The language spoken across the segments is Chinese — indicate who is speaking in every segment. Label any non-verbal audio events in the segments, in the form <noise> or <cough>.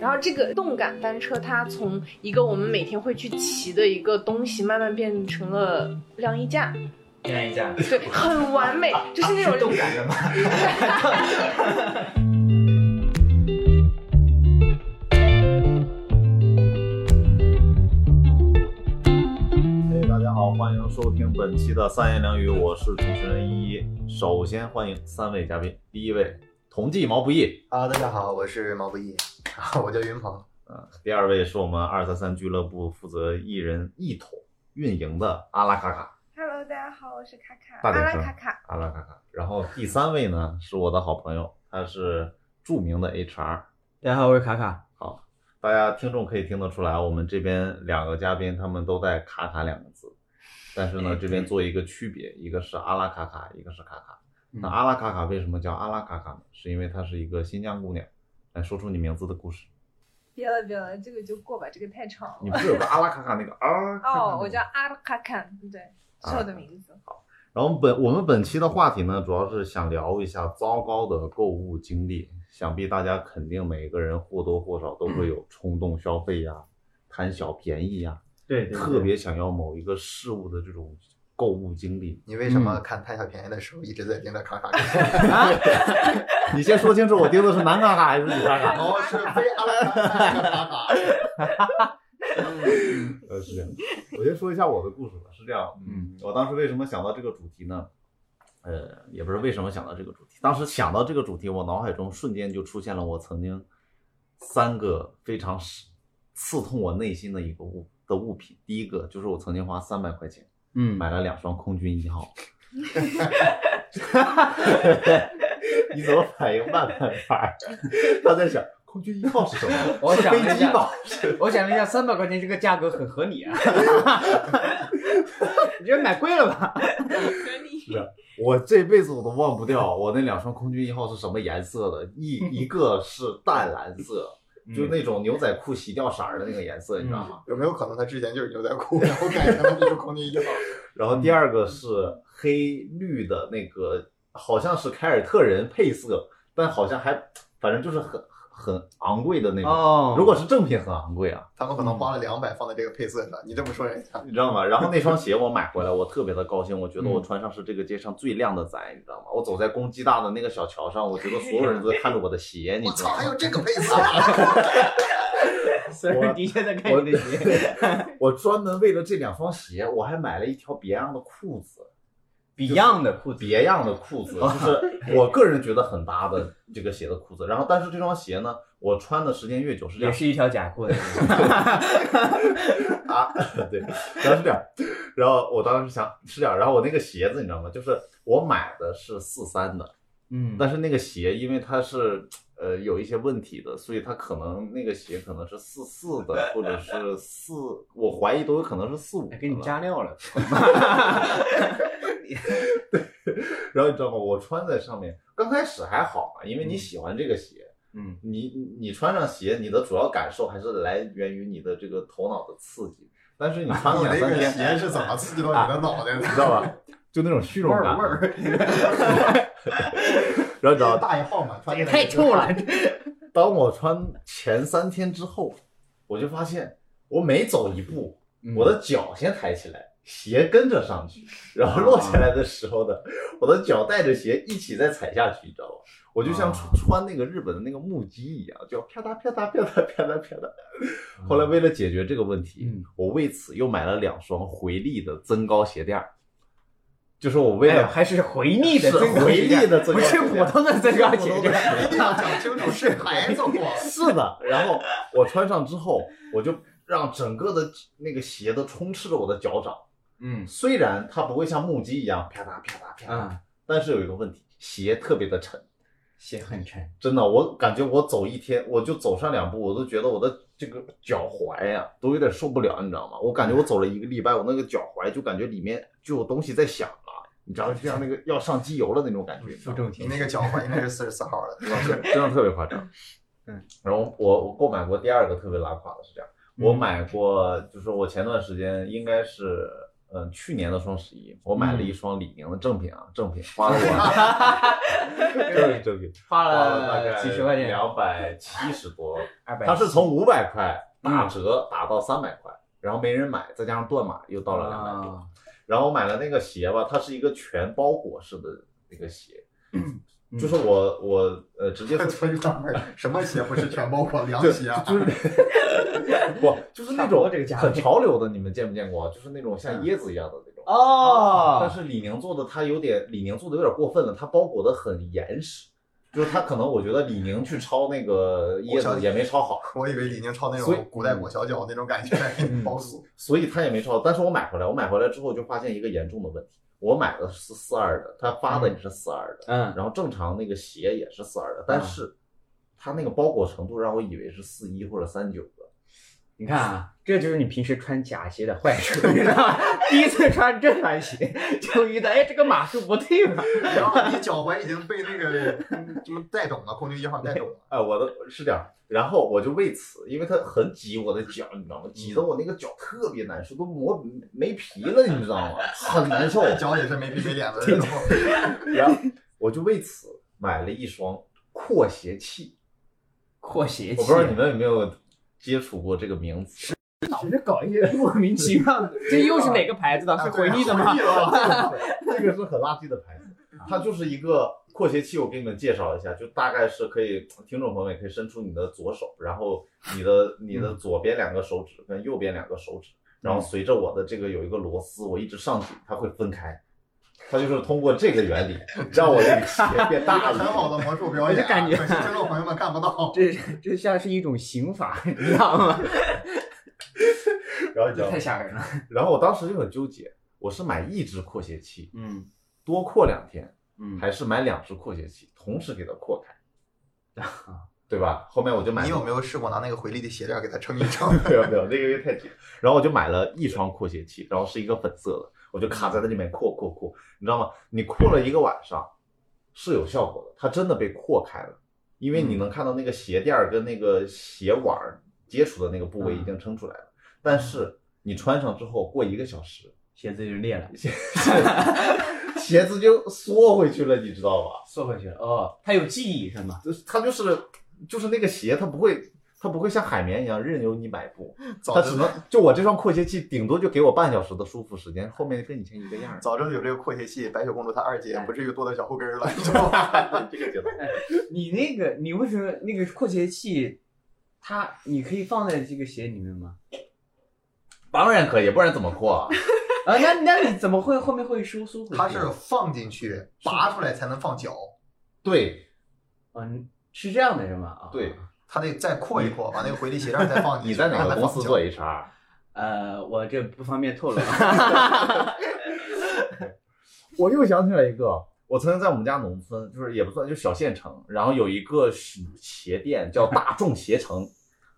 Speaker 1: 然后这个动感单车，它从一个我们每天会去骑的一个东西，慢慢变成了晾衣架，
Speaker 2: 晾衣架，
Speaker 1: 对，很完美，就是那种
Speaker 2: 是动感的吗？
Speaker 3: 嘿，大家好，欢迎收听本期的三言两语，我是主持人依依。首先欢迎三位嘉宾，第一位同济毛不易，
Speaker 4: 哈喽，啊大家好，我是毛不易，我叫云鹏。
Speaker 3: 啊，第二位是我们二三三俱乐部负责一人一桶运营的阿拉卡卡，
Speaker 5: Hello，大家好，我是卡卡，
Speaker 3: 大
Speaker 5: 阿
Speaker 3: 点
Speaker 5: 拉
Speaker 3: 声
Speaker 5: 卡卡。
Speaker 3: 阿拉卡卡。然后第三位呢是我的好朋友，他是著名的 HR，
Speaker 2: 大家好，我是卡卡。
Speaker 3: 好，大家听众可以听得出来，我们这边两个嘉宾他们都带“卡卡”两个字，但是
Speaker 5: 哎
Speaker 3: 呢，这边做一个区别，一个是阿拉卡卡，一个是卡卡。
Speaker 5: 嗯
Speaker 3: 那阿拉卡卡为什么叫阿拉卡卡呢？是因为她是一个新疆姑娘。来说出你名字的故事，
Speaker 5: 别了别了，这个就过吧，这个太长
Speaker 3: 你
Speaker 5: 了。
Speaker 3: 不是有个阿拉卡
Speaker 5: <laughs>
Speaker 3: 卡那个啊？
Speaker 5: 哦，我叫阿拉卡卡，对，是我的名字。
Speaker 3: 然后我们本我们本期的话题呢，主要是想聊一下糟糕的购物经历。想必大家肯定每个人或多或少都会有冲动消费呀、贪小便宜呀、
Speaker 2: 对，
Speaker 3: 特别想要某一个事物的这种购物经历。
Speaker 4: 你为什么看贪小便宜的时候一直在盯着卡卡？
Speaker 3: 你先说清楚，我盯的是男卡卡还是女卡卡？
Speaker 2: <laughs>
Speaker 4: 哦，是非阿拉卡卡卡。
Speaker 3: 呃，是这样。我先说一下我的故事吧，是这样。
Speaker 2: 嗯，
Speaker 3: 我当时为什么想到这个主题呢？呃，也不是为什么想到这个主题，当时想到这个主题，我脑海中瞬间就出现了我曾经三个非常刺刺痛我内心的一个物的物品。第一个就是我曾经花三百块钱
Speaker 2: 嗯
Speaker 3: 买了两双空军
Speaker 2: <laughs>
Speaker 3: 一号。 <laughs> 你怎么反应慢半拍？他在想空军一号是什么？
Speaker 2: 我
Speaker 3: 是
Speaker 2: 想
Speaker 3: 飞
Speaker 2: 了一
Speaker 3: 机
Speaker 2: 下
Speaker 3: 吧？
Speaker 2: 我想了一下，三百块钱这个价格很合 <laughs> 理啊。你觉得买贵了吧？
Speaker 3: 我这辈子我都忘不掉我那两双空军一号是什么颜色的，
Speaker 2: <laughs>
Speaker 3: 一一个是淡蓝色，
Speaker 2: 嗯
Speaker 3: 就那种牛仔裤洗掉色儿的那个颜色，你知道吗？
Speaker 4: 有没有可能他之前就是牛仔裤，然后改成了这种空军一号？
Speaker 3: 然后第二个是黑绿的那个，好像是凯尔特人配色，但好像还反正就是很很昂贵的那种。
Speaker 2: 哦
Speaker 3: 如果是正品，很昂贵啊，
Speaker 4: 他们可能花了两百放在这个配色上，你这么说人家，
Speaker 3: 你知道吗？然后那双鞋我买回来，我特别的高兴，我觉
Speaker 4: 嗯
Speaker 3: 得我穿上是这个街上最靓的仔，你知道吗？我走在公鸡大的那个小桥上，我觉得所有人都在看着我的鞋，你
Speaker 4: 我
Speaker 3: 知
Speaker 4: 操，
Speaker 3: 道吗
Speaker 4: 还？有这个配色？
Speaker 2: 虽然的确在看你的鞋
Speaker 3: <laughs> 我专门为了这两双鞋，我还买了一条别样的裤子，
Speaker 2: ，Beyond 的裤子，
Speaker 3: 别样的裤子，就是我个人觉得很搭的这个鞋的裤子。然后，但是这双鞋呢，我穿的时间越久是这
Speaker 2: 也
Speaker 3: 样
Speaker 2: 是一条假裤的。
Speaker 3: 啊， <laughs> 对，然后是这样，然后我当时想是这样，然后我那个鞋子你知道吗？就是我买的是四三的，
Speaker 2: <laughs> 嗯
Speaker 3: 但是那个鞋因为它是呃有一些问题的，所以它可能那个鞋可能是四四的，或者是四，我怀疑都有可能是四五的了。
Speaker 2: 哎给你加料 <laughs> 了。
Speaker 3: <laughs> 然后你知道吗？我穿在上面，刚开始还好嘛，因为你喜欢这个鞋，
Speaker 2: 嗯，
Speaker 3: 你你你穿上鞋，你的主要感受还是来源于你的这个头脑的刺激。但是你穿了
Speaker 4: 啊 <laughs>
Speaker 3: 两
Speaker 4: 你那
Speaker 2: <laughs>
Speaker 3: 三
Speaker 4: 个
Speaker 3: 天，
Speaker 4: 鞋是怎么刺激到你的脑袋的
Speaker 3: 你？知道吧？就那种虚荣感，
Speaker 2: 味儿
Speaker 3: 然后你知道，
Speaker 4: 大爷号码穿的
Speaker 2: 太臭
Speaker 4: <laughs>
Speaker 2: 了。
Speaker 3: 当我穿前三天之后，我就发现我每走一步，
Speaker 2: 嗯
Speaker 3: 我的脚先抬起来，鞋跟着上去，然后落下来的时候呢，我的脚带着鞋一起再踩下去，你知道吗？我就像
Speaker 2: 啊
Speaker 3: 穿穿那个日本的那个木屐一样，就啪嗒啪嗒啪嗒啪嗒啪嗒。 <laughs> 后
Speaker 2: 哎
Speaker 3: 来为了解决这个问题，
Speaker 2: 嗯
Speaker 3: 我为此又买了两双回力的增高鞋垫儿，就是我为
Speaker 2: 没有，
Speaker 3: 了、
Speaker 2: 哎还是回力的
Speaker 3: 是
Speaker 2: 增高鞋垫，
Speaker 3: 回力的增高
Speaker 2: 不是
Speaker 3: 鞋
Speaker 2: 普
Speaker 3: 垫
Speaker 2: 通的增高鞋
Speaker 4: 一
Speaker 2: 垫。
Speaker 4: 定要
Speaker 2: <laughs>
Speaker 3: <laughs>
Speaker 4: 讲清楚是牌子货。
Speaker 3: 是的，然后我穿上之后，我就让整个的那个鞋都充斥着我的脚掌。
Speaker 2: 嗯
Speaker 3: 虽然它不会像木屐一样啪嗒啪嗒啪嗒，
Speaker 2: 啊，
Speaker 3: 但是有一个问题，鞋特别的沉。
Speaker 2: 鞋很沉。
Speaker 3: 真的，我感觉我走一天，我就走上两步，我都觉得我的这个脚踝呀、都有点受不了，你知道吗？我感觉我走了一个礼拜，我那个脚踝就感觉里面就有东西在响了，你知道，就像那个要上机油了那种感觉。你知道
Speaker 2: 负重
Speaker 3: 吗
Speaker 2: 前
Speaker 4: 你那个脚踝应该是四十四号的。 <laughs>
Speaker 3: 真的特别夸张。
Speaker 2: 嗯，
Speaker 3: 然后我我购买
Speaker 2: 嗯
Speaker 3: 过第二个特别拉垮的是这样，我买过就是我前段时间应该是呃，去年的双十一，我买了
Speaker 2: 嗯
Speaker 3: 一双李宁的正品啊，正品
Speaker 2: <laughs>
Speaker 3: 花了我
Speaker 2: 对，
Speaker 3: 正品
Speaker 2: 花
Speaker 3: <laughs> 花了大
Speaker 2: 了
Speaker 3: 概
Speaker 2: 呃几十块钱，
Speaker 3: 两百七十
Speaker 2: <laughs>
Speaker 3: 多，
Speaker 2: 二百，
Speaker 3: 它是从五百块
Speaker 2: 嗯
Speaker 3: 打折打到三百块，然后没人买，再加上断码又到了两百多。
Speaker 2: 啊
Speaker 3: 然后我买了那个鞋吧，它是一个全包裹式的那个鞋，
Speaker 4: 嗯
Speaker 3: 就是我我呃直接
Speaker 4: 所以专门什么鞋不是全包括凉鞋啊？
Speaker 3: 不 <laughs> 就是
Speaker 2: <laughs> 差
Speaker 3: 那种
Speaker 2: 不多这个价位嗯
Speaker 3: 很潮流的，你们见没见过？啊就是那种像椰子一样的那种。啊
Speaker 2: 哦，
Speaker 3: 但是李宁做的它有点，李宁做的有点过分了，它包裹的很严实，就是它可能我觉得李宁去抄那个椰子也没抄好，
Speaker 4: 我以为李宁抄那
Speaker 3: 所以嗯
Speaker 4: 种古代裹小脚那种感觉，给你包死。
Speaker 3: 所以它也没抄。但是我买回来，我买回来之后就发现一个严重的问题，我买的是四二的，它发的也是四二的，
Speaker 2: 嗯，
Speaker 3: 然后正常那个鞋也是四二的，但是它那个包裹程度让我以为是四一或者三九的。
Speaker 2: 你看啊，这就是你平时穿假鞋的坏处，你知道吗？ <laughs> 第一次穿正版鞋就遇到，哎，这个码数不对吧？
Speaker 3: 嗯
Speaker 4: 然后你脚踝已经被那个嗯什么带懂了，空军一号带懂了。
Speaker 3: 哎，我的是这样，然后我就为此，因为它很挤我的脚，你知道吗？挤得我那个脚特别难受，都磨没皮了，你知道吗？很难受。
Speaker 4: 脚也是没皮没脸的那
Speaker 3: <laughs>
Speaker 4: 种。啊
Speaker 3: 然后我就为此买了一双扩鞋器，
Speaker 2: 扩鞋器，
Speaker 3: 我不知道你们有没有接触过这个名词。
Speaker 2: 老是搞一些莫名其妙的，这又是哪个牌子的？是回力的 <laughs> 吗？
Speaker 4: 啊
Speaker 3: <laughs> 这个是很垃圾的牌子，它就是一个扩鞋器。我给你们介绍一下，就大概是可以，听众朋友们也可以伸出你的左手，然后你的你
Speaker 4: 嗯
Speaker 3: 的左边两个手指跟右边两个手指，然后随着我的这个有一个螺丝，我一直上紧，它会分开。它就是通过这个原
Speaker 4: <laughs>
Speaker 3: 理，让我这个鞋变大一
Speaker 4: 很好的魔术表
Speaker 2: 我
Speaker 4: 演
Speaker 2: 就
Speaker 4: 啊，
Speaker 2: 感觉
Speaker 4: 可惜听众朋友们看不到。
Speaker 2: 这这像是一种刑法，你知道吗？
Speaker 3: 点，然后你知道吗，
Speaker 2: 吓人了。
Speaker 3: 然后我当时就很纠结，我是买一只扩鞋器，
Speaker 2: 嗯
Speaker 3: 多扩两天，
Speaker 2: 嗯
Speaker 3: 还是买两只扩鞋器，同时给它扩开，对吧？后面我就买了，
Speaker 4: 啊你有没有试过拿那个回力的鞋垫给它撑一
Speaker 3: <laughs>
Speaker 4: 撑？
Speaker 3: 没有没有，那个有点太紧。然后我就买了一双扩鞋器，然后是一个粉色的，我就卡在那里面扩扩扩，你知道吗？你扩了一个晚上是有效果的，它真的被扩开了，因为你能看到那个鞋垫儿跟那个鞋腕儿接触的那个部位已经撑出来了，但是你穿上之后过一个小时，
Speaker 2: 鞋子就裂了，
Speaker 3: 鞋子就缩回去了，你知道吧？
Speaker 2: 缩回去了。哦，它有记忆是吗？
Speaker 3: 就是它就是就是那个鞋，它不会它不会像海绵一样任由你摆布，
Speaker 4: 早
Speaker 3: 它
Speaker 4: 知
Speaker 3: 只
Speaker 4: 道
Speaker 3: 能就我这双扩鞋器，顶多就给我半小时的舒服时间，后面跟以前一个样儿。
Speaker 4: 早知道有这个扩鞋器，白雪公主她二姐不至于剁到小后
Speaker 3: <laughs>
Speaker 4: 跟儿了，你知道吗？
Speaker 3: 这个节奏，
Speaker 2: 你那个，你为什么那个扩鞋器，它你可以放在这个鞋里面吗？
Speaker 3: <laughs> 当然可以，不然怎么扩啊？
Speaker 2: 啊，那那你怎么会后面会收缩回去？啊
Speaker 4: 它是放进去拔出来才能放脚，
Speaker 3: 对
Speaker 2: 嗯，是这样的是吗？啊， <laughs>
Speaker 3: 对，
Speaker 4: 它得再扩一扩，把那个回力鞋垫再放进去。
Speaker 3: 你在哪
Speaker 4: 然后
Speaker 3: 个
Speaker 4: 再
Speaker 3: 公
Speaker 4: 放
Speaker 3: 司
Speaker 4: 脚
Speaker 3: 做 HR？
Speaker 2: 呃，我这不方便透露。啊
Speaker 3: <laughs> 我又想起来一个，我曾经在我们家农村，就是也不算，就小县城，然后有一个鞋店叫大众鞋城，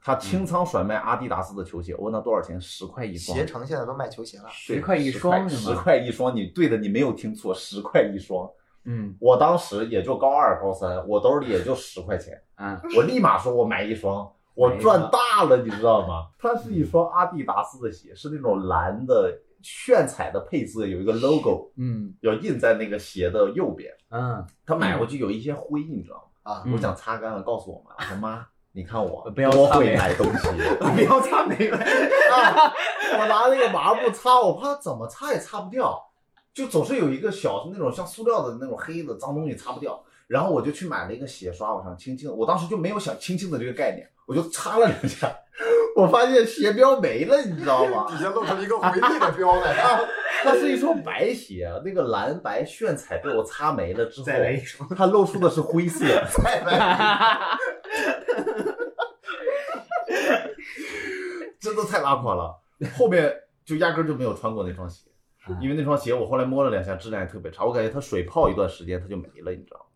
Speaker 3: 它清仓甩卖阿迪达斯的球鞋，我问他多少钱，十块一双
Speaker 4: 鞋。城现在都卖球鞋了，
Speaker 2: 十块一双是
Speaker 3: 十
Speaker 2: 吗？
Speaker 3: 块一双，你对的，你没有听错，十块一双。
Speaker 2: 嗯
Speaker 3: 我当时也就高二、高三，我兜里也就十块钱，
Speaker 2: 啊，
Speaker 3: 我立马说我买一双，我赚大了，你知道吗？它是一双阿迪达斯的鞋，是那种蓝的炫彩的配色，有一个 logo
Speaker 2: 嗯
Speaker 3: 要印在那个鞋的右边。
Speaker 2: 嗯，
Speaker 3: 他买回去有一些灰，你知道吗？
Speaker 4: 啊
Speaker 3: 我想擦干了，告诉我妈，我说妈，你看我
Speaker 2: 不要
Speaker 3: 多
Speaker 2: 擦
Speaker 3: 会
Speaker 2: 没
Speaker 3: 买东西。
Speaker 2: <laughs> 不要擦眉了。
Speaker 3: 啊， <laughs> 我拿那个抹布擦，我怕怎么擦也擦不掉，就总是有一个小的那种像塑料的那种黑的脏东西擦不掉。然后我就去买了一个鞋刷，我想轻轻，我当时就没有想轻轻的这个概念，我就擦了两下，我发现鞋标没了，你知道吗？
Speaker 4: 底下露出了一个回力的标来啊！
Speaker 3: 它是一双白鞋，那个蓝白炫彩被我擦没了之后，
Speaker 2: 再来一双。
Speaker 3: 它露出的是
Speaker 2: <laughs>
Speaker 3: 灰色。
Speaker 4: 再来，
Speaker 3: 真的太拉垮了。后面就压根儿就没有穿过那双鞋，因为那双鞋我后来摸了两下，质量也特别差，我感觉它水泡一段时间它就没了，你知道吗？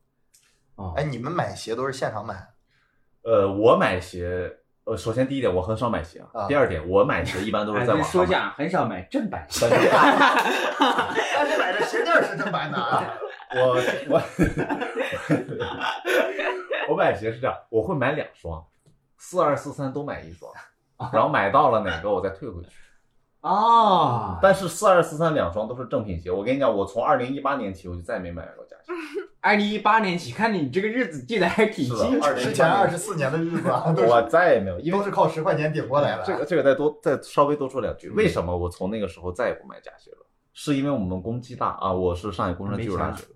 Speaker 2: 哦
Speaker 4: <laughs> 哎，，你们买鞋都是现场买，
Speaker 3: 呃，我买鞋，呃，首先第一点我很少买鞋
Speaker 4: 啊
Speaker 3: 第二点我买鞋一般都是
Speaker 2: 哎
Speaker 3: 在网
Speaker 2: 再说一
Speaker 3: 上买。
Speaker 2: 下，很少买正版鞋。
Speaker 3: <laughs>
Speaker 4: 但是买的鞋垫是正版的 <laughs> 啊。
Speaker 3: 我我 <laughs> 我买鞋是这样，我会买两双，四二四三都买一双，然后买到了哪个我再退回去。
Speaker 2: 啊，
Speaker 3: 但是四二四三两双都是正品鞋，我跟你讲，我从二零一八年起我就再也没买过假鞋。
Speaker 2: 二零一八年起，看你这个日子记得还挺
Speaker 3: 是的
Speaker 2: 清楚。
Speaker 3: 二零
Speaker 4: 之前二十四年的日子啊，都
Speaker 3: 我
Speaker 4: 是
Speaker 3: 再也没有，因
Speaker 4: 都
Speaker 3: 为
Speaker 4: 是靠十块钱顶过来的。啊
Speaker 3: 这个这个再多再稍微多说两句，为
Speaker 4: 嗯
Speaker 3: 什么我从那个时候再也不买假鞋了？是因为我们工技大啊，我是上海工商技术大学的，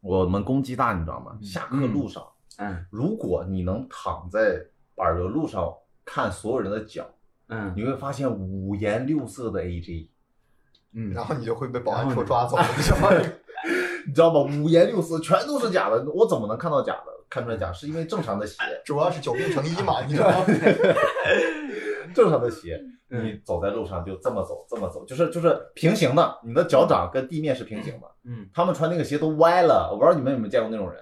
Speaker 3: 我们工技大你知道吗？
Speaker 2: 嗯
Speaker 3: 下课路上，
Speaker 2: 嗯
Speaker 3: 如果你能躺在柏油路上看所有人的脚，
Speaker 2: 嗯
Speaker 3: 你会发现五颜六色的 AJ，
Speaker 2: 嗯
Speaker 4: 然后你就会被保
Speaker 2: 然
Speaker 4: 安
Speaker 2: 后
Speaker 4: 戳
Speaker 2: 呢
Speaker 4: 抓走，是吧？
Speaker 3: 你知道吗？五颜六色全都是假的，我怎么能看到假的？看出来假是因为正常的鞋，
Speaker 4: 主要是久病成医嘛，你知道吗？
Speaker 3: 正常的鞋，
Speaker 2: 嗯
Speaker 3: 你走在路上就这么走，这么走，就是就是平行的，你的脚掌跟地面是平行的。
Speaker 2: 嗯，
Speaker 3: 他们穿那个鞋都歪了，我不知道你们有没有见过那种人，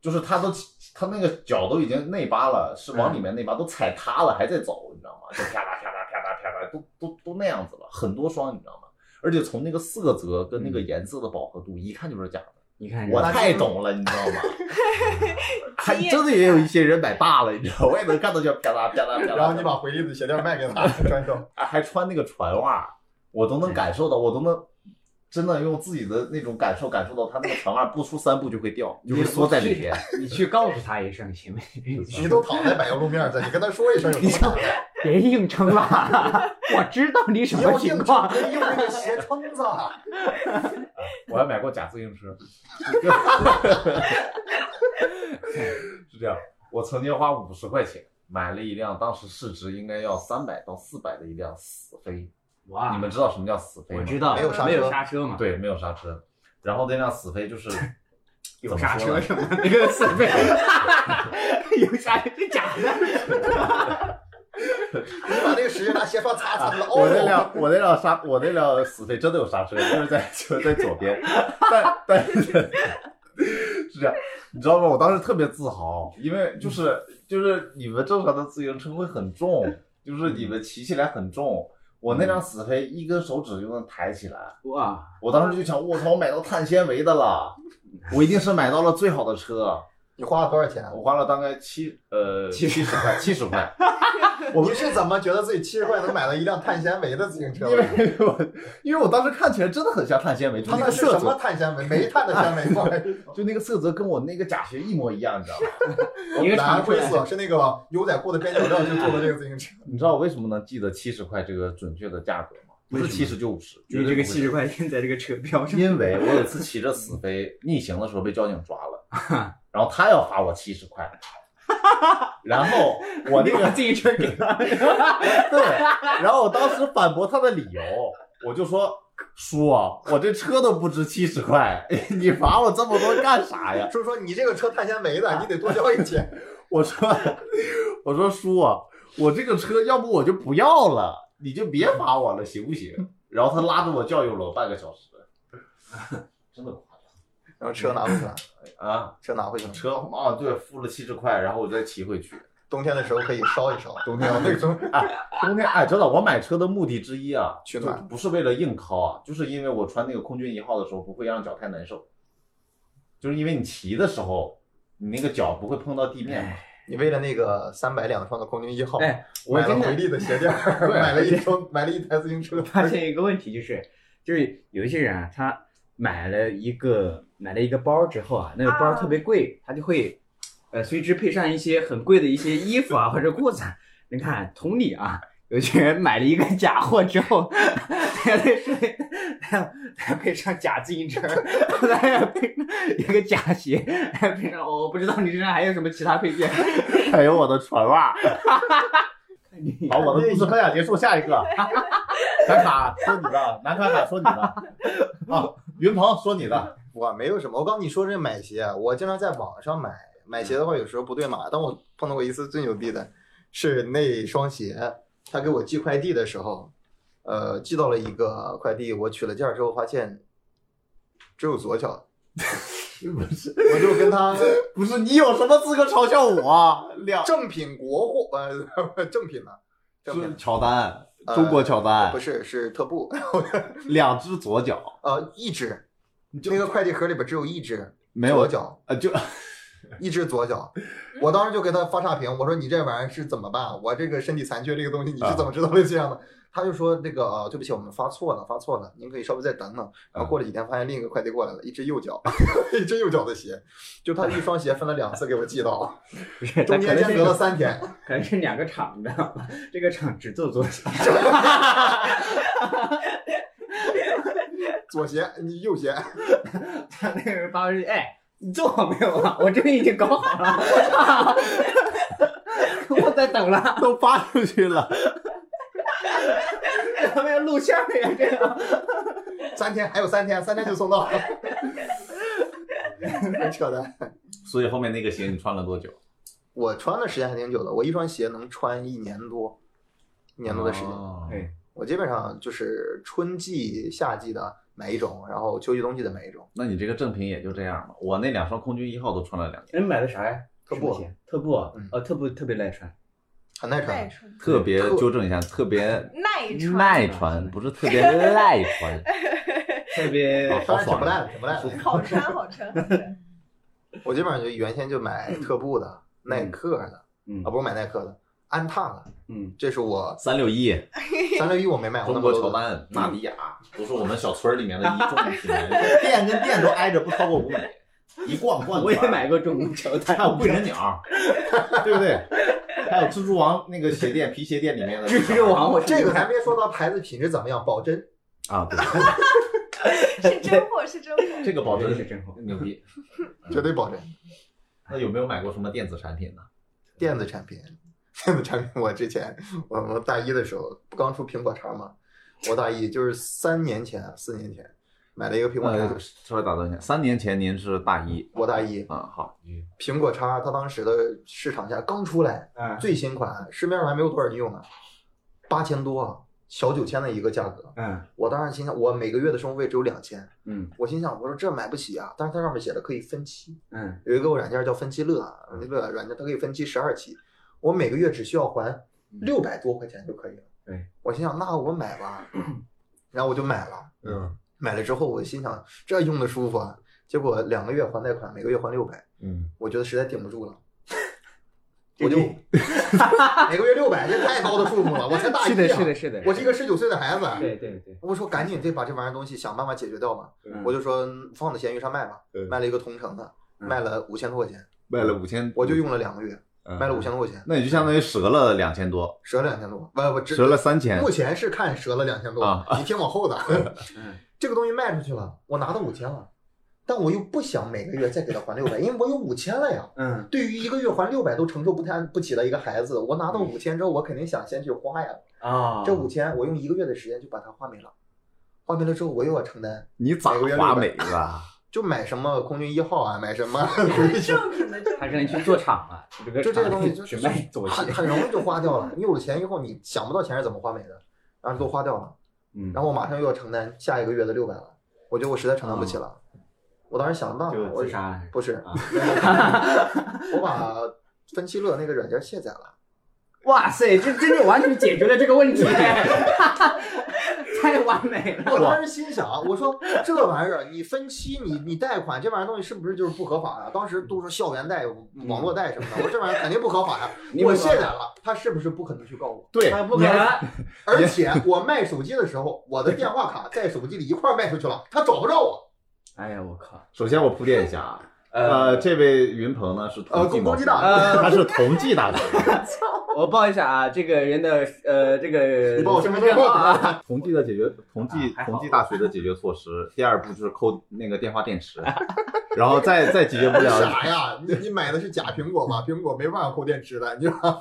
Speaker 3: 就是他都他那个脚都已经内八了，是往
Speaker 4: 嗯
Speaker 3: 里面内八都踩塌了，还在走，你知道吗？就啪啦啪啦啪啦啪啦，都都都那样子了，很多双，你知道吗？而且从那个色泽跟那个
Speaker 4: 嗯
Speaker 3: 颜色的饱和度，一看就是假的。
Speaker 2: 你看人
Speaker 3: 我
Speaker 2: 家，
Speaker 3: 太懂了，你知
Speaker 4: <laughs>
Speaker 3: 道吗？还真的也有一些人买大了，你知道，我也能看到叫啪啦啪啦啪啦。
Speaker 4: 然后你把回力的鞋垫卖给他，
Speaker 3: <laughs>
Speaker 4: 穿上。
Speaker 3: 还还穿那个船袜，我都能感受到，我都能真的用自己的那种感受感受到，它那个船袜不出三步就会掉，就会缩在里面。
Speaker 2: <laughs> 你去告诉他一声行不行？
Speaker 4: 你都躺在柏油路面上，你跟他说一声有什么好的？
Speaker 2: 别硬撑了， <laughs> 我知道你什
Speaker 4: 你
Speaker 2: 么
Speaker 4: 要
Speaker 2: 情
Speaker 4: 硬
Speaker 2: 况。
Speaker 4: 撑，用那个鞋撑着。啊
Speaker 3: 我还买过假自行车， <laughs> 是这样，我曾经花五十块钱买了一辆当时市值应该要三百到四百的一辆死飞，
Speaker 2: 哇
Speaker 3: 你们啊知道什么叫死飞吗？
Speaker 2: 啊我知道
Speaker 4: 没有刹车
Speaker 2: 没有刹车嘛？，
Speaker 3: 对，没有刹车。然后那辆死飞就是
Speaker 2: 有刹
Speaker 3: 怎么说
Speaker 2: 车
Speaker 3: 呢
Speaker 2: 什么？那个死 <laughs> 飞，有刹车，这假的。
Speaker 4: 你把那个石油拿鞋刷擦擦了，
Speaker 3: <laughs> 我那
Speaker 4: 哦，
Speaker 3: 辆我那辆刹我那辆死飞真的有刹车，就是在就是在左边，但但是是这样，你知道吗？我当时特别自豪，因为就是就是你们正常的自行车会很重，就是你们骑起来很重。我那辆死飞一根手指就能抬起来，
Speaker 2: 哇，
Speaker 3: 我当时就想，我操，我买到碳纤维的了，我一定是买到了最好的车。
Speaker 4: 你花了多少钱？啊
Speaker 3: 我花了大概七呃
Speaker 2: 70
Speaker 3: 十块，七十块，
Speaker 4: <laughs>
Speaker 3: 我
Speaker 4: 你是怎么觉得自己七十块能买到一辆碳纤维的自行车
Speaker 3: 因？为我因为我当时看起来真的很像碳纤维，就
Speaker 4: 它
Speaker 3: 那
Speaker 4: 那
Speaker 3: 个
Speaker 4: 是
Speaker 3: 色
Speaker 4: 什么
Speaker 3: 泽，
Speaker 4: 碳纤维？煤炭的纤维吗？
Speaker 3: 就那个色泽跟我那个假鞋一模一样，你知道吗？ <laughs>
Speaker 2: 一个
Speaker 4: 蓝
Speaker 2: 长出
Speaker 4: 灰
Speaker 2: 来，
Speaker 4: 色是那个牛仔裤的边角料就做的这个自行车。
Speaker 3: 你知道我为什么能记得七十块这个准确的价格吗？不是
Speaker 2: 为什
Speaker 3: 七
Speaker 2: 么
Speaker 3: 十就五十，绝
Speaker 2: 你
Speaker 3: 对
Speaker 2: 这个
Speaker 3: 不会
Speaker 2: 七十块钱在这个车标上，
Speaker 3: 因为我有一次骑着死飞逆行的时候被交警抓了，
Speaker 2: <laughs>
Speaker 3: 然后他要罚我七十块，然后我那
Speaker 2: 你把
Speaker 3: 个
Speaker 2: 自行车给他，
Speaker 3: 对，然后我当时反驳他的理由，我就说。叔啊，我这车都不值七十块， <laughs> 你罚我这么多干啥呀？
Speaker 4: 就是说你这个车碳纤维的，你得多交一钱。
Speaker 3: 我说， <laughs> 我说叔啊，我这个车要不我就不要了，你就别罚我了，行不行？然后他拉着我教育了我半个小时，真的夸
Speaker 4: 然后车拿回去了，
Speaker 3: 张啊！
Speaker 4: 车拿回去了。
Speaker 3: 车啊，对，付了七十块，然后我再骑回
Speaker 4: <laughs>
Speaker 3: 去。
Speaker 4: 冬天的时候可以烧一烧，啊冬天那种
Speaker 3: 冬天哎，真的，我买车的目的之一啊，
Speaker 4: 取
Speaker 3: 就
Speaker 4: 暖
Speaker 3: 不是为了硬靠啊，就是因为我穿那个空军一号的时候不会让脚太难受，就是因为你骑的时候，你那个脚不会碰到地面嘛。
Speaker 4: 你为了那个三百两双的空军一号，
Speaker 2: 哎，我
Speaker 4: 买了
Speaker 2: 真
Speaker 4: 回
Speaker 2: 的
Speaker 4: 力的鞋垫，买了一双，买了一台自行
Speaker 2: <laughs>
Speaker 4: 车。
Speaker 2: 发现一个问题，就是就是有一些人啊，他买了一个买了一个包之后啊，那个包
Speaker 5: 啊
Speaker 2: 特别贵，他就会呃随之配上一些很贵的一些衣服啊或者裤子啊。你看，同理啊，有些人买了一个假货之后，他再睡，他他配上假自行车，他要配上一个假鞋，还配上哦我不知道你身上还有什么其他配件。 <laughs>
Speaker 3: 还有我的船袜。
Speaker 2: 你
Speaker 3: 好，我的故事分享结束，下一个。南卡说你的，南卡卡说你的，啊，云鹏说你的，
Speaker 4: 我没有什么，我刚你说这买鞋，我经常在网上买，买鞋的话有时候不对码，但我碰到过一次最牛逼的，是那双鞋，他给我寄快递的时候，呃，寄到了一个快递，我取了件儿之后发现只有左脚，
Speaker 3: 不是
Speaker 4: 我就跟他
Speaker 3: 不是，你有什么资格嘲笑我？两
Speaker 4: 正品国货，呃，正品呢、正品
Speaker 3: 乔丹，
Speaker 4: 呃
Speaker 3: 中国乔丹
Speaker 4: 不，是是特步，
Speaker 3: 两只左脚
Speaker 4: 呃，一只，那个快递盒里边只有一只
Speaker 3: 没
Speaker 4: 左
Speaker 3: 有，
Speaker 4: 脚，
Speaker 3: 呃，就 <laughs>
Speaker 4: 一只左脚。我当时就给他发差评，我说你这玩意儿是怎么办？我这个身体残缺这个东西，你是怎么知道会这样的？他就说那个啊，对不起，我们发错了，发错了，您可以稍微再等等。然后过了几天，发现另一个快递过来了，一只右脚， <laughs> 一只右脚的鞋，就他一双鞋分了两次给我寄到，
Speaker 2: 不是，
Speaker 4: 中
Speaker 2: 但可
Speaker 4: 间
Speaker 2: 能
Speaker 4: 间
Speaker 2: 这
Speaker 4: 隔了
Speaker 2: 个
Speaker 4: 三天。
Speaker 2: 可能是两个厂，你知道吧？这个厂只做左脚，
Speaker 4: 左鞋，你右鞋，
Speaker 2: 他那个人发过去，哎，你做好没有啊？我 <laughs> 这边已经搞好了， <laughs> 我在等了，
Speaker 6: 都发出去了，
Speaker 2: <laughs> 咱们要录像呀，这样。
Speaker 4: 三天还有三天，三天就送到了， <laughs> 很扯淡。
Speaker 3: 所以后面那个鞋你穿了多久？
Speaker 4: 我穿的时间还挺久的，我一双鞋能穿一年多，一年多的时间。
Speaker 3: 哦
Speaker 2: 对
Speaker 4: 我基本上就是春季、夏季的买一种，然后秋季、冬季的买一种。
Speaker 3: 那你这个正品也就这样吧。我那两双空军一号都穿了两年，
Speaker 2: 哎你买的啥呀？
Speaker 4: 特步
Speaker 2: 什么鞋，特步啊
Speaker 4: 嗯，
Speaker 2: 呃，特步特别耐穿。
Speaker 4: 很耐
Speaker 5: 耐
Speaker 4: 穿，
Speaker 5: 穿，
Speaker 3: 特别
Speaker 4: 特
Speaker 3: 纠正一下，特别
Speaker 5: 耐穿，
Speaker 3: 耐穿，不是特别赖穿。
Speaker 2: 特别
Speaker 3: <laughs> 好
Speaker 4: 穿什
Speaker 3: 爽
Speaker 4: 么
Speaker 3: 啊
Speaker 4: 烂的什么烂的。
Speaker 5: <laughs> 好穿，好穿，好穿。
Speaker 4: 我基本上就原先就买特步的、耐克的
Speaker 2: 嗯
Speaker 4: 啊，不是买耐克的，安踏的。
Speaker 2: 嗯，
Speaker 4: 这是
Speaker 3: <laughs>
Speaker 4: 我
Speaker 3: 三六一，
Speaker 4: 三六一我没买过那
Speaker 3: 中
Speaker 4: 么
Speaker 3: 国乔
Speaker 4: 多的，
Speaker 3: 丹、纳比亚，都是我们小村儿里面的一 <laughs> 众品牌，店跟店都挨着不超过五米，一逛逛
Speaker 2: 我也买过中国乔丹，
Speaker 3: 还有贵人鸟， <laughs> 对不 <laughs> 对？还有蜘蛛王那个鞋店、皮鞋店里面 <laughs> 的
Speaker 2: 蜘蛛王，我
Speaker 4: 这个咱别说到牌子品质怎么样，保真。
Speaker 3: 啊，对，
Speaker 5: 是真货，是真货。
Speaker 3: 这个保
Speaker 2: 真
Speaker 3: 真 <laughs>
Speaker 2: 是真好。
Speaker 3: 牛逼。嗯
Speaker 4: 绝对保真。
Speaker 3: 那有没有买过什么电子产品呢？
Speaker 4: 电子产品，电子产品，我之前我我大一的时候不刚出苹果叉嘛，我大一就是三年前、四年前买了一个苹果叉，
Speaker 3: 稍微打断一下，三年前您是大一
Speaker 4: 我大一
Speaker 3: 啊，好，
Speaker 4: 苹果叉它当时的市场价刚出来，
Speaker 2: 嗯
Speaker 4: 最新款市面上还没有多少人用呢，八千多啊，小九千的一个价格。
Speaker 2: 嗯
Speaker 4: 我当时心想，我每个月的生活费只有两千，
Speaker 2: 嗯
Speaker 4: 我心想，我说这买不起啊。但是它上面写的可以分期，
Speaker 2: 嗯，
Speaker 4: 有一个软件叫分期乐啊，那个软件它可以分期十二期，我每个月只需要还六百多块钱就可以了。
Speaker 2: 对，
Speaker 4: 我心想那我买吧，然后我就买了。
Speaker 3: 嗯
Speaker 4: 买了之后，我心想这用的舒服啊。结果两个月还贷款，每个月还六百，
Speaker 3: 嗯，
Speaker 4: 我觉得实在顶不住
Speaker 3: <laughs>
Speaker 4: 了，我就 <laughs> 每个月六百，这太高的数目了，我才大一、啊，
Speaker 2: 是的，是的，是的，
Speaker 4: 我是一个十九岁的孩子。啊
Speaker 2: 对对对，
Speaker 4: 我说赶紧得把这玩意儿东西想办法解决掉吧，
Speaker 2: 嗯
Speaker 4: 我就说放在闲鱼上卖吧
Speaker 3: 嗯，
Speaker 4: 卖了一个同城的，
Speaker 2: 嗯
Speaker 4: 卖了五千多块钱，
Speaker 3: 卖了五千，
Speaker 4: 我就用了两个月，
Speaker 3: 嗯
Speaker 2: 嗯
Speaker 4: 卖了五千多块钱，
Speaker 3: 那你就相当于折了两千多，
Speaker 4: 折了两千多，不不，只
Speaker 3: 折了三千
Speaker 4: 目前是看折了两千多
Speaker 3: 啊，
Speaker 4: 你听往后的，
Speaker 2: 嗯
Speaker 4: <laughs> 这个东西卖出去了，我拿到五千了，但我又不想每个月再给他还六百，因为我有五千了呀。
Speaker 2: 嗯，
Speaker 4: 对于一个月还六百都承受不太不起的一个孩子，我拿到五千之后，我肯定想先去花呀。
Speaker 2: 嗯啊，
Speaker 4: 这五千我用一个月的时间就把它花没了，花没了之后我又要承担，
Speaker 3: 你咋花美了？
Speaker 4: 就买什么空军一号啊，买什
Speaker 2: <laughs>
Speaker 4: 么回去
Speaker 5: 正品的正
Speaker 2: 他
Speaker 5: 品，
Speaker 2: 让你去做厂了，这个
Speaker 4: 就这个东西
Speaker 2: 厂 <laughs> 只
Speaker 4: 就
Speaker 2: 卖左
Speaker 4: 很
Speaker 2: 鞋，
Speaker 4: 很容易就花掉了。你有了钱以后，你想不到钱是怎么花没的，然后都花掉了。
Speaker 2: 嗯，
Speaker 4: 然后我马上又要承担下一个月的六百了，我觉得我实在承担不起了。我当时想了办法，
Speaker 2: 啊 <laughs> 就
Speaker 4: 我
Speaker 2: 自杀了。
Speaker 4: 不是
Speaker 2: 啊，<laughs>
Speaker 4: 我把分期乐那个软件卸载了。
Speaker 2: 哇塞，这真的完全解决了这个问题， <laughs> 太完美了。
Speaker 4: <laughs> 我当时心想，啊我说这玩意儿，你分期，你你贷款这玩意儿东西是不是就是不合法啊？当时都说校园贷、网络贷什么的，我说这玩意儿肯定嗯不合法 <laughs> 呀、
Speaker 2: 你
Speaker 4: 我
Speaker 2: 们
Speaker 4: 卸载了，他是不是不可能去告我？
Speaker 3: 对
Speaker 4: 他不
Speaker 2: 不
Speaker 4: 可
Speaker 2: 可
Speaker 4: 能。
Speaker 2: 能，
Speaker 4: <laughs> 而且我卖手机的时候，我的电话卡在手机里一块儿卖出去了，他找不着我。
Speaker 2: 哎呀，我靠，
Speaker 3: <laughs> 首先我铺垫一下啊， <laughs> 呃，这位云鹏呢是同
Speaker 4: 呃，
Speaker 3: 济
Speaker 4: 公公鸡
Speaker 3: 大
Speaker 4: 大，
Speaker 2: 呃，
Speaker 3: <laughs> 他是同济大学，
Speaker 2: 我报一下啊，这个人的呃，这个
Speaker 4: 你报我身份证
Speaker 2: 证号啊，
Speaker 3: <laughs> 同济的解决同济
Speaker 2: 啊还好
Speaker 3: 同济大学的解决措施，第二步就是扣那个电话电池， <laughs> 然后再再解决不了，
Speaker 4: 傻呀！你你买的是假苹果吧？苹果没办法扣电池的，你知道 <laughs> 吗？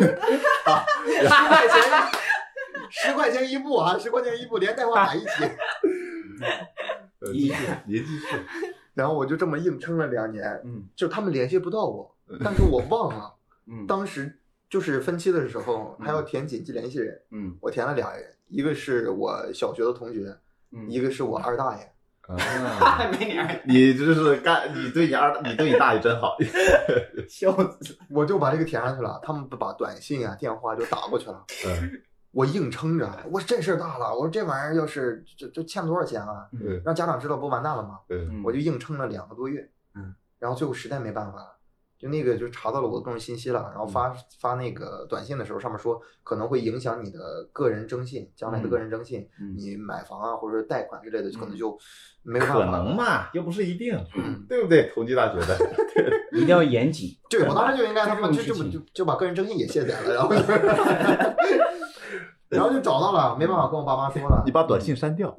Speaker 4: 十块钱，十块钱一部啊，十块钱一部，连带话卡一起。
Speaker 3: 呃
Speaker 2: 一
Speaker 3: 您继续，
Speaker 4: 然后我就这么硬撑了两年，
Speaker 2: 嗯
Speaker 4: 就他们联系不到
Speaker 2: <laughs>
Speaker 4: 我，但是我忘了，
Speaker 2: 嗯
Speaker 4: 当时就是分期的时候
Speaker 2: 嗯
Speaker 4: 还要填紧急联系人，
Speaker 2: 嗯
Speaker 4: 我填了俩人，一个是我小学的同学，
Speaker 2: 嗯，
Speaker 4: 一个是我二大爷。
Speaker 3: 啊
Speaker 2: 没脸儿，
Speaker 3: 你这是干，你对你二，你对你大爷真好， <laughs>
Speaker 2: 笑死，
Speaker 4: 我就把这个填上去了，他们不把短信啊、电话就打过去了。
Speaker 3: 嗯
Speaker 4: 我硬撑着，我说这事儿大了，我说这玩意儿要是这这欠多少钱啊？
Speaker 2: 嗯
Speaker 4: 让家长知道不完蛋了吗？
Speaker 3: 对，
Speaker 4: 我就硬撑了两个多月。
Speaker 2: 嗯，
Speaker 4: 然后最后实在没办法了，就那个就查到了我的个人信息了，然后
Speaker 2: 嗯
Speaker 4: 发发那个短信的时候，上面说可能会影响你的个人征信，将来的个人征信，
Speaker 2: 嗯
Speaker 4: 你买房啊或者是贷款之类的，可能就没有办法
Speaker 3: 可
Speaker 4: 了。
Speaker 3: 能嘛，又不是一定，对不对？同济大学的， <laughs>
Speaker 2: 一定要严
Speaker 4: <laughs>
Speaker 2: 谨。
Speaker 4: 对，我当时就应该他妈
Speaker 2: 这种
Speaker 4: 就就
Speaker 2: 事情
Speaker 4: 就就把个人征信也卸载了，
Speaker 2: <laughs>
Speaker 4: 然后就 <laughs> 然后就找到了，没办法跟我爸妈说了，
Speaker 3: 你把短信删掉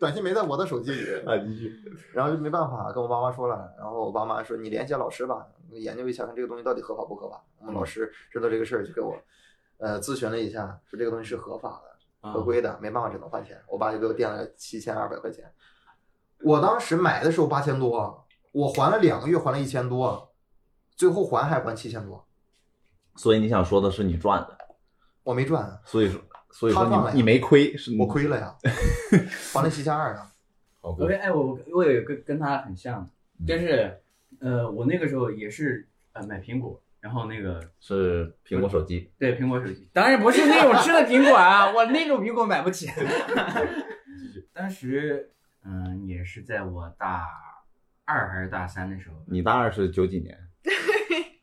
Speaker 4: 短信没在我的手机里，
Speaker 3: 啊，继续。
Speaker 4: 然后就没办法跟我爸妈说了，然后我爸妈说你联系老师吧，研究一下看这个东西到底合法不合法。我们老师知道这个事儿就给我呃咨询了一下，说这个东西是合法的、
Speaker 2: 啊
Speaker 4: 合规的，没办法只能换钱。我爸就给我垫了七千二百块钱，我当时买的时候八千多，我还了两个月还了一千多，最后还还还七千多。
Speaker 3: 所以你想说的是你赚的，
Speaker 4: 我没赚啊，
Speaker 3: 所以说，所以说
Speaker 4: 他赚了呀
Speaker 3: 你你没亏，是你
Speaker 4: 我。亏了呀，还了七千二啊。
Speaker 3: 好过
Speaker 2: OK，哎，我我有一个跟他很像，就是呃，我那个时候也是呃买苹果，然后那个
Speaker 3: 是苹果手机，
Speaker 2: 对苹果手机，当然不是那种吃的苹果啊，我那种苹果买不起。 <laughs> 当时嗯、也是在我大二还是大三的时候，
Speaker 3: 你大二是九几年？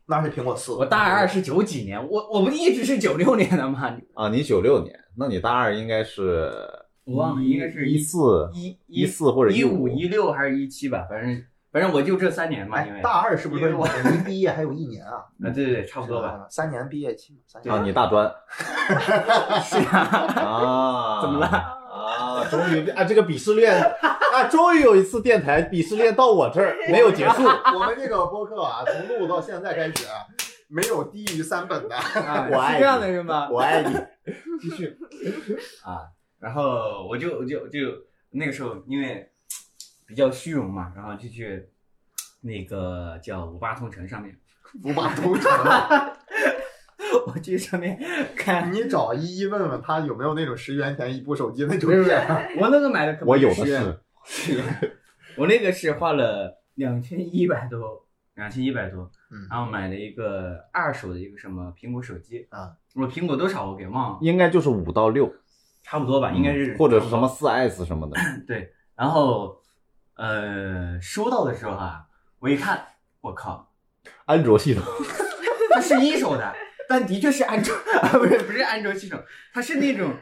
Speaker 4: 那是苹果四，
Speaker 2: 我大二是九几年，我我不一直是九六年的吗？
Speaker 3: 啊，你九六年，那你大二应该是
Speaker 2: 我忘了，应该是
Speaker 3: 一四
Speaker 2: 一
Speaker 3: 一四或者
Speaker 2: 一
Speaker 3: 五
Speaker 2: 五一六还是一七吧，反正反正我就这三年嘛，因
Speaker 4: 哎
Speaker 2: 为，
Speaker 4: 大二是不是说你离毕业还有一年啊？
Speaker 2: 啊对对对，差不多吧。
Speaker 4: 三年毕业期嘛，三年
Speaker 3: 啊，你大专
Speaker 2: <laughs> 是啊，<laughs>
Speaker 3: 啊？
Speaker 2: 怎么了
Speaker 3: 啊，终于啊，这个鄙视链啊，终于有一次电台鄙视链到我
Speaker 2: <laughs>
Speaker 3: 这儿没有结
Speaker 2: 哎
Speaker 3: 束，
Speaker 4: 我们这个播客啊，从录到现在开始啊，没有低于三本的。
Speaker 3: 啊我
Speaker 2: 啊是
Speaker 3: 爱你
Speaker 2: 这样的是吗？
Speaker 3: 我爱你，继续。
Speaker 2: 啊，然后我就我就就那个时候因为比较虚荣嘛，然后就去那个叫五八同城上面， <laughs>
Speaker 4: 五八同城， <laughs>
Speaker 2: 我去上面看，
Speaker 4: 你找依依问问他有没有那种十元钱一部手机那种
Speaker 2: 不是不是
Speaker 4: 店，
Speaker 2: 我那个买的可不
Speaker 3: 我有的
Speaker 2: 十元
Speaker 3: 是，
Speaker 2: <laughs> 我那个是花了两千一百多，两千一百多，
Speaker 4: 嗯
Speaker 2: 然后买了一个二手的一个什么苹果手机
Speaker 4: 啊，
Speaker 2: 我苹果多少我给忘了，
Speaker 3: 应该就是五到六，嗯
Speaker 2: 差不多吧，啊应该是嗯
Speaker 3: 或者是什么四 S 什么的。
Speaker 2: 对，然后呃收到的时候啊，我一看，我靠，
Speaker 3: 安
Speaker 2: <laughs>
Speaker 3: 卓系统，
Speaker 2: 它是一手的，但的确是安卓，啊、不是不是安卓系统，它是那种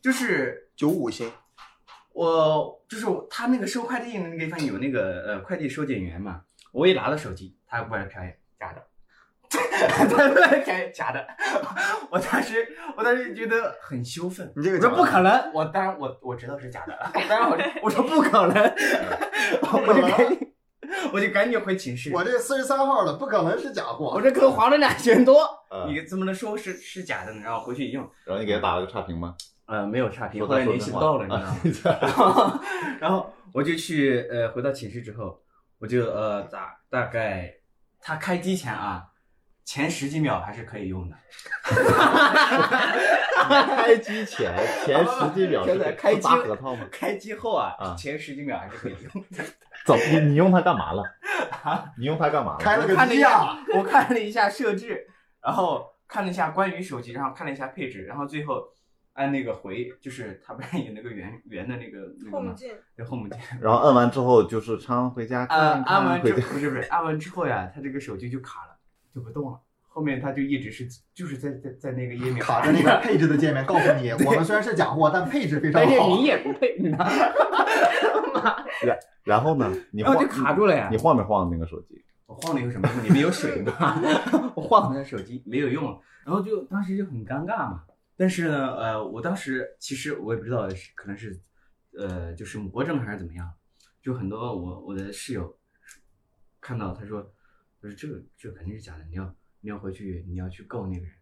Speaker 2: 就是
Speaker 4: 九五新，
Speaker 2: 我就是他那个收快递那个地方有那个呃快递收件员嘛，我一拿到手机，他过来瞟一眼，假的， <laughs> 他过来瞟一眼，假的， <laughs> 我当时我当时觉得很羞愤，
Speaker 4: 你这
Speaker 2: 我
Speaker 4: 个
Speaker 2: 说
Speaker 4: 假
Speaker 2: 不
Speaker 4: 的
Speaker 2: 可能，我当然我我知道是假的，
Speaker 4: <laughs>
Speaker 2: 当然我我说不可能，我就赶紧我就赶紧回寝室，
Speaker 4: 我这四十三号的不可能是假
Speaker 2: 我
Speaker 4: 货。
Speaker 2: 这坑划了两千多
Speaker 3: 嗯，
Speaker 2: 你怎么能说是是假的呢？然后回去一用，
Speaker 3: 然后你给他打了个差评
Speaker 2: <laughs>
Speaker 3: 吗？
Speaker 2: 呃，没有差评，
Speaker 3: 说
Speaker 2: 后
Speaker 3: 他
Speaker 2: 来
Speaker 3: 说
Speaker 2: 联系
Speaker 3: 真
Speaker 2: 不
Speaker 3: 话啊
Speaker 2: 到了，你知道吗？ <laughs> 然后，然后我就去呃，回到寝室之后，我就呃，大大概他开机前啊，前十几秒还是可以用的。
Speaker 3: 开机前前十几秒
Speaker 2: 真
Speaker 3: 是
Speaker 2: 的开机
Speaker 3: 发核桃吗？
Speaker 2: 开机后啊，
Speaker 3: 啊
Speaker 2: 前十几秒还是可以用 <laughs> 的。
Speaker 3: 怎么你你用它干
Speaker 2: <laughs>
Speaker 3: 嘛了？你用它干嘛
Speaker 4: 开
Speaker 3: 了？
Speaker 4: 了
Speaker 2: 我看
Speaker 4: 个
Speaker 2: 了
Speaker 4: 机
Speaker 2: 一
Speaker 4: 啊！
Speaker 2: 下，我看了一下设置，然后看了一下关于手机，然后看了一下配置，然后最后按那个回，就是它不是有那个圆圆的那个那个
Speaker 5: 后
Speaker 2: 吗
Speaker 5: 门？镜，
Speaker 2: 对后母键。
Speaker 3: 然后摁完之后就是常回家
Speaker 2: 呃
Speaker 3: 看，
Speaker 2: 按
Speaker 3: 看
Speaker 2: 完
Speaker 3: 回
Speaker 2: 之
Speaker 3: 家。
Speaker 2: 不是不是按完之后呀，他这个手机就卡了，就不动了。后面他就一直是就是在在在那个页面
Speaker 4: 卡着那个，配置的界面，告诉你，我们虽然是假货，但配置非常
Speaker 2: 但是
Speaker 4: 好
Speaker 2: 哎你。也不配，你知道吗？
Speaker 3: 然后
Speaker 2: <laughs>
Speaker 3: 呢？你
Speaker 2: 然
Speaker 3: 晃
Speaker 2: 后哦就卡住了呀
Speaker 3: 你。晃没晃那个手机？ <laughs>
Speaker 2: 我晃了有什么用？里面有水吗？我晃了手机没有用了，然后就当时就很尴尬嘛。但是呢，呃，我当时其实我也不知道，是可能是呃就是魔怔还是怎么样，就很多我我的室友看到他说，他说这个这肯定是假的，你要你要回去你要去告那个人。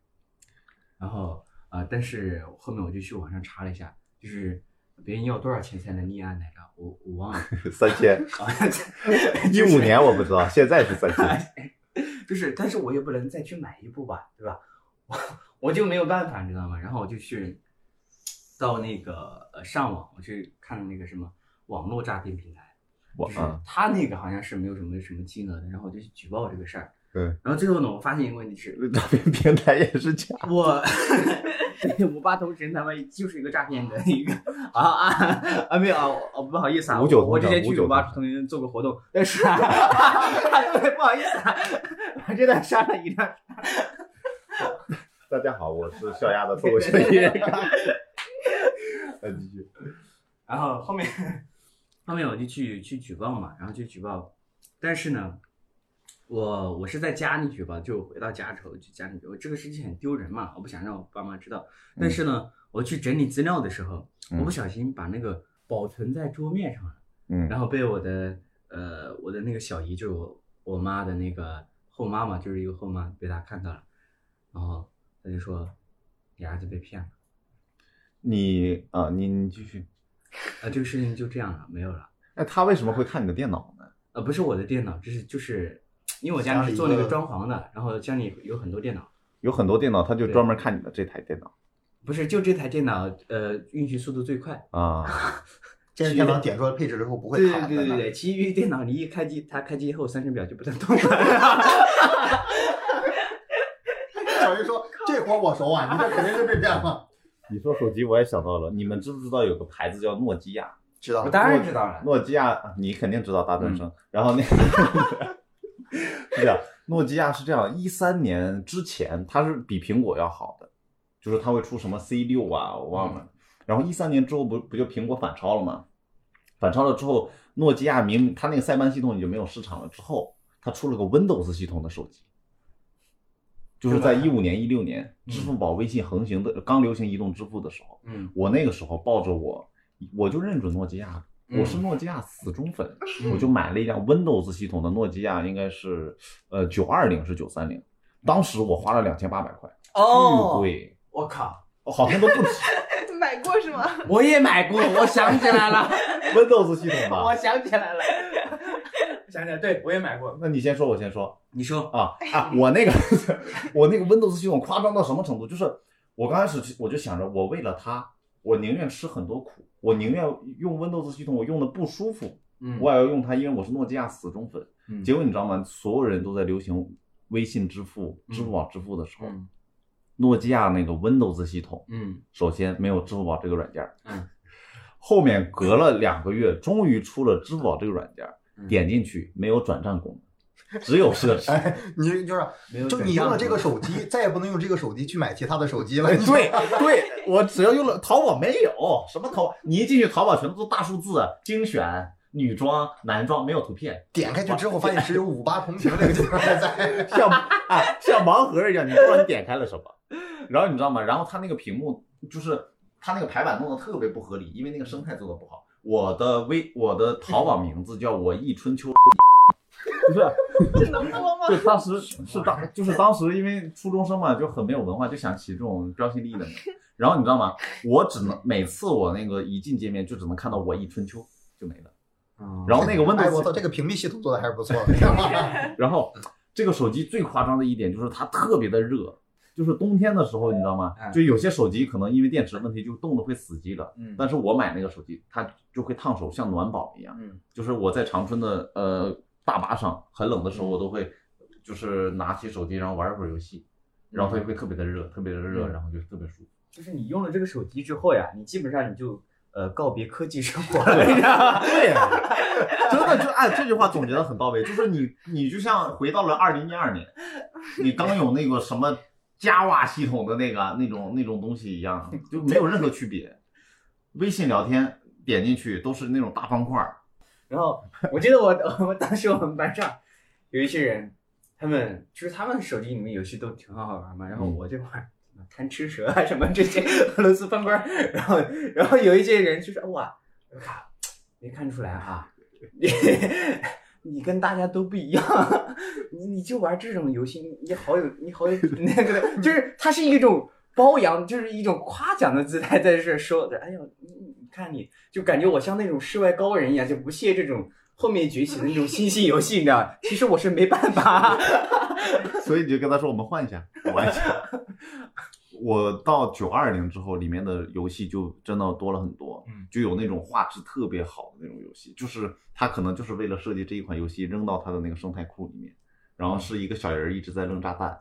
Speaker 2: 然后啊、呃但是后面我就去网上查了一下，就是别人要多少钱才能立案来着？我我
Speaker 3: <laughs>
Speaker 2: 忘了。 <laughs>
Speaker 3: 三千，一五年我不知道，现在是三
Speaker 2: 哎
Speaker 3: 千。
Speaker 2: 就是，但是我也不能再去买一部吧，对吧？我 <laughs> 我就没有办法，你知道吗？然后我就去到那个呃上网，我去看那个什么网络诈骗平台，
Speaker 3: 我
Speaker 2: 就是
Speaker 3: 啊，
Speaker 2: 他那个好像是没有什么什么金额的，然后我就去举报这个事儿。
Speaker 3: 对。
Speaker 2: 然后最后呢，我发现一个问题是， <laughs>
Speaker 3: 诈骗平台也是假。
Speaker 2: 我对五八同城他们就是一个诈骗的一个啊啊啊没有啊，我不好意思啊，
Speaker 3: 五九
Speaker 2: 我我之
Speaker 3: 同城
Speaker 2: 前去
Speaker 3: 五九
Speaker 2: 五八同
Speaker 3: 同
Speaker 2: 城做过活动，但是 <laughs> 啊，对不好意思啊，我真的上了一辆
Speaker 3: 大家好，我是笑鸭的脱口秀 <laughs> 演员。来继续，
Speaker 2: 然后后面后面我就去去举报嘛，然后去举报，但是呢，我我是在家里举报，就回到家之后去家里举报，这个事情很丢人嘛，我不想让我爸妈知道。但是呢，我去整理资料的时候，
Speaker 3: 嗯
Speaker 2: 我不小心把那个保存在桌面上了，
Speaker 3: 嗯
Speaker 2: 然后被我的呃我的那个小姨，就是我我妈的那个后妈嘛，就是一个后妈，被她看到了，然后她就说你儿子被骗了，
Speaker 3: 你啊，你你继续。
Speaker 2: 啊、这个事情就这样了，没有了。
Speaker 3: 那他为什么会看你的电脑呢？
Speaker 2: 呃，不是我的电脑，就是就是，因为我家里是做那个装潢的，然后家里有很多电脑，
Speaker 3: 有很多电脑，他就专门看你的这台电脑
Speaker 2: 不是就这台电脑，呃，运行速度最快。
Speaker 3: 啊。
Speaker 4: 这是电脑点出来配置之后不会
Speaker 2: 对
Speaker 4: 卡
Speaker 2: 对
Speaker 4: 的。
Speaker 2: 对对对，其余电脑你一开机，它开机后三十秒就不能动了。
Speaker 4: 小鱼说：“这活我手腕，你这肯定是被骗了。
Speaker 3: 你说手机，我也想到了，你们知不知道有个牌子叫诺基亚？”
Speaker 4: 知
Speaker 2: <laughs>
Speaker 4: 道
Speaker 2: 我
Speaker 4: 了，
Speaker 2: 当然知道了，
Speaker 3: 诺基亚，你肯定知道大专生。然后那个是这样，诺基亚是这样，一三年之前它是比苹果要好的，就是它会出什么 C 六啊，我忘了。然后一三年之后不不就苹果反超了吗？反超了之后，诺基亚明它那个塞班系统已经没有市场了，之后它出了个 Windows 系统的手机。就是在一五年、一六年，支付宝、微信横行的刚流行移动支付的时候，
Speaker 2: 嗯
Speaker 3: 我那个时候抱着我，我就认准诺基亚了。
Speaker 2: 嗯
Speaker 3: 我是诺基亚死忠粉，
Speaker 2: 嗯
Speaker 3: 我就买了一辆 Windows 系统的诺基亚，应该是呃九二零是九三零，当时我花了两千八百块，
Speaker 2: 哦
Speaker 3: 巨，贵，
Speaker 2: 我靠，
Speaker 3: 哦好像都
Speaker 2: <laughs>
Speaker 3: 不止
Speaker 5: 买过是吗？
Speaker 2: 我也买过，我想起来了，
Speaker 3: Windows 系统
Speaker 2: <laughs> 我
Speaker 3: 吧。
Speaker 2: 想起来了，想起来，对我也买过。
Speaker 3: 那你先说，我先说
Speaker 2: 你说，
Speaker 3: 啊啊！我那个我那个 Windows 系统夸张到什么程度？就是我刚开始去我就想着，我为了它，我宁愿吃很多苦，我宁愿用 Windows 系统，我用的不舒服，
Speaker 2: 嗯
Speaker 3: 我也要用它，因为我是诺基亚死忠粉。
Speaker 2: 嗯
Speaker 3: 结果你知道吗？所有人都在流行微信支付、支付宝支付的时候，
Speaker 2: 嗯
Speaker 3: 诺基亚那个 Windows 系统，
Speaker 2: 嗯
Speaker 3: 首先没有支付宝这个软件儿，
Speaker 2: 嗯
Speaker 3: 后面隔了两个月，终于出了支付宝这个软件儿，
Speaker 2: 嗯
Speaker 3: 点进去没有转账功能，只有设置。
Speaker 4: 哎，你就是
Speaker 2: 没有
Speaker 4: 就
Speaker 2: 转
Speaker 4: 你用
Speaker 2: 账
Speaker 4: 了这个
Speaker 2: 功
Speaker 4: 手机，再也不能用这个手机去买其他的
Speaker 2: <laughs>
Speaker 4: 手机
Speaker 3: <laughs>
Speaker 4: 了。
Speaker 3: 哎对对，我只要用了淘宝没有什么淘，你一进去淘宝全都大数字精选。女装、男装没有图片，
Speaker 4: 点开去之后，发现只有五八同城这个地方
Speaker 3: <laughs>
Speaker 4: 在。
Speaker 3: 像哎像盲盒一样，你不知道你点开了什么。然后你知道吗？然后它那个屏幕就是它那个排版弄得特别不合理，因为那个生态做的不好。我的微我的淘宝名字叫我忆春秋， <laughs> 不是
Speaker 5: 这能播吗？
Speaker 3: 就当时是当就是当时因为初中生嘛，就很没有文化，就想起这种标新立异的名。然后你知道吗？我只能每次我那个一进界面就只能看到我忆春秋就没了。
Speaker 2: 能，
Speaker 3: 然后那个
Speaker 4: 哎，我
Speaker 3: Windows，、
Speaker 4: 操，这个屏蔽系统做的还是不错。
Speaker 3: 然后这个手机最夸张的一点就是它特别的热，就是冬天的时候你知道吗
Speaker 2: 嗯？
Speaker 3: 就有些手机可能因为电池问题就冻得会死机了。
Speaker 2: 嗯
Speaker 3: 但是我买那个手机，它就会烫手，像暖宝一样。
Speaker 2: 嗯
Speaker 3: 就是我在长春的呃大巴上，很冷的时候，我都会就是拿起手机，然后玩一会儿游戏，然后它就会特别的热，特别的热，
Speaker 2: 嗯
Speaker 3: 然后就特别舒服。
Speaker 2: 就是你用了这个手机之后呀，你基本上你就呃告别科技生活了。
Speaker 3: 对呀、 <laughs> 真的就按这句话总结的很到位，就是你你就像回到了二零一二年，你刚有那个什么 Java 系统的那个那种那种东西一样，就没有任何区别。微信聊天点进去都是那种大方块儿，
Speaker 2: 然后我记得我 <laughs> 我当时我们班上有一些人，他们就是他们手机里面游戏都挺好玩嘛，然后
Speaker 3: 嗯
Speaker 2: 我就玩什么贪吃蛇啊什么这些俄罗斯方块儿，然后然后有一些人就是哇，我靠，没看出来哈、你你跟大家都不一样，你你就玩这种游戏，你你好有你好有那个的，就是它是一种褒扬，就是一种夸奖的姿态在这说着。哎呦，你你看你就感觉我像那种世外高人一样，就不屑这种后面崛起的那种新兴游戏，你知道吗？其实我是没办 <laughs> 法。
Speaker 3: 所以你就跟他说我们换一下，我玩一下。我到九二零之后，里面的游戏就真的多了很多，
Speaker 2: 嗯，
Speaker 3: 就有那种画质特别好的那种游戏，就是它可能就是为
Speaker 2: 嗯
Speaker 3: 了设计这一款游戏扔到它的那个生态库里面，然后是一个小人儿一直在扔炸弹，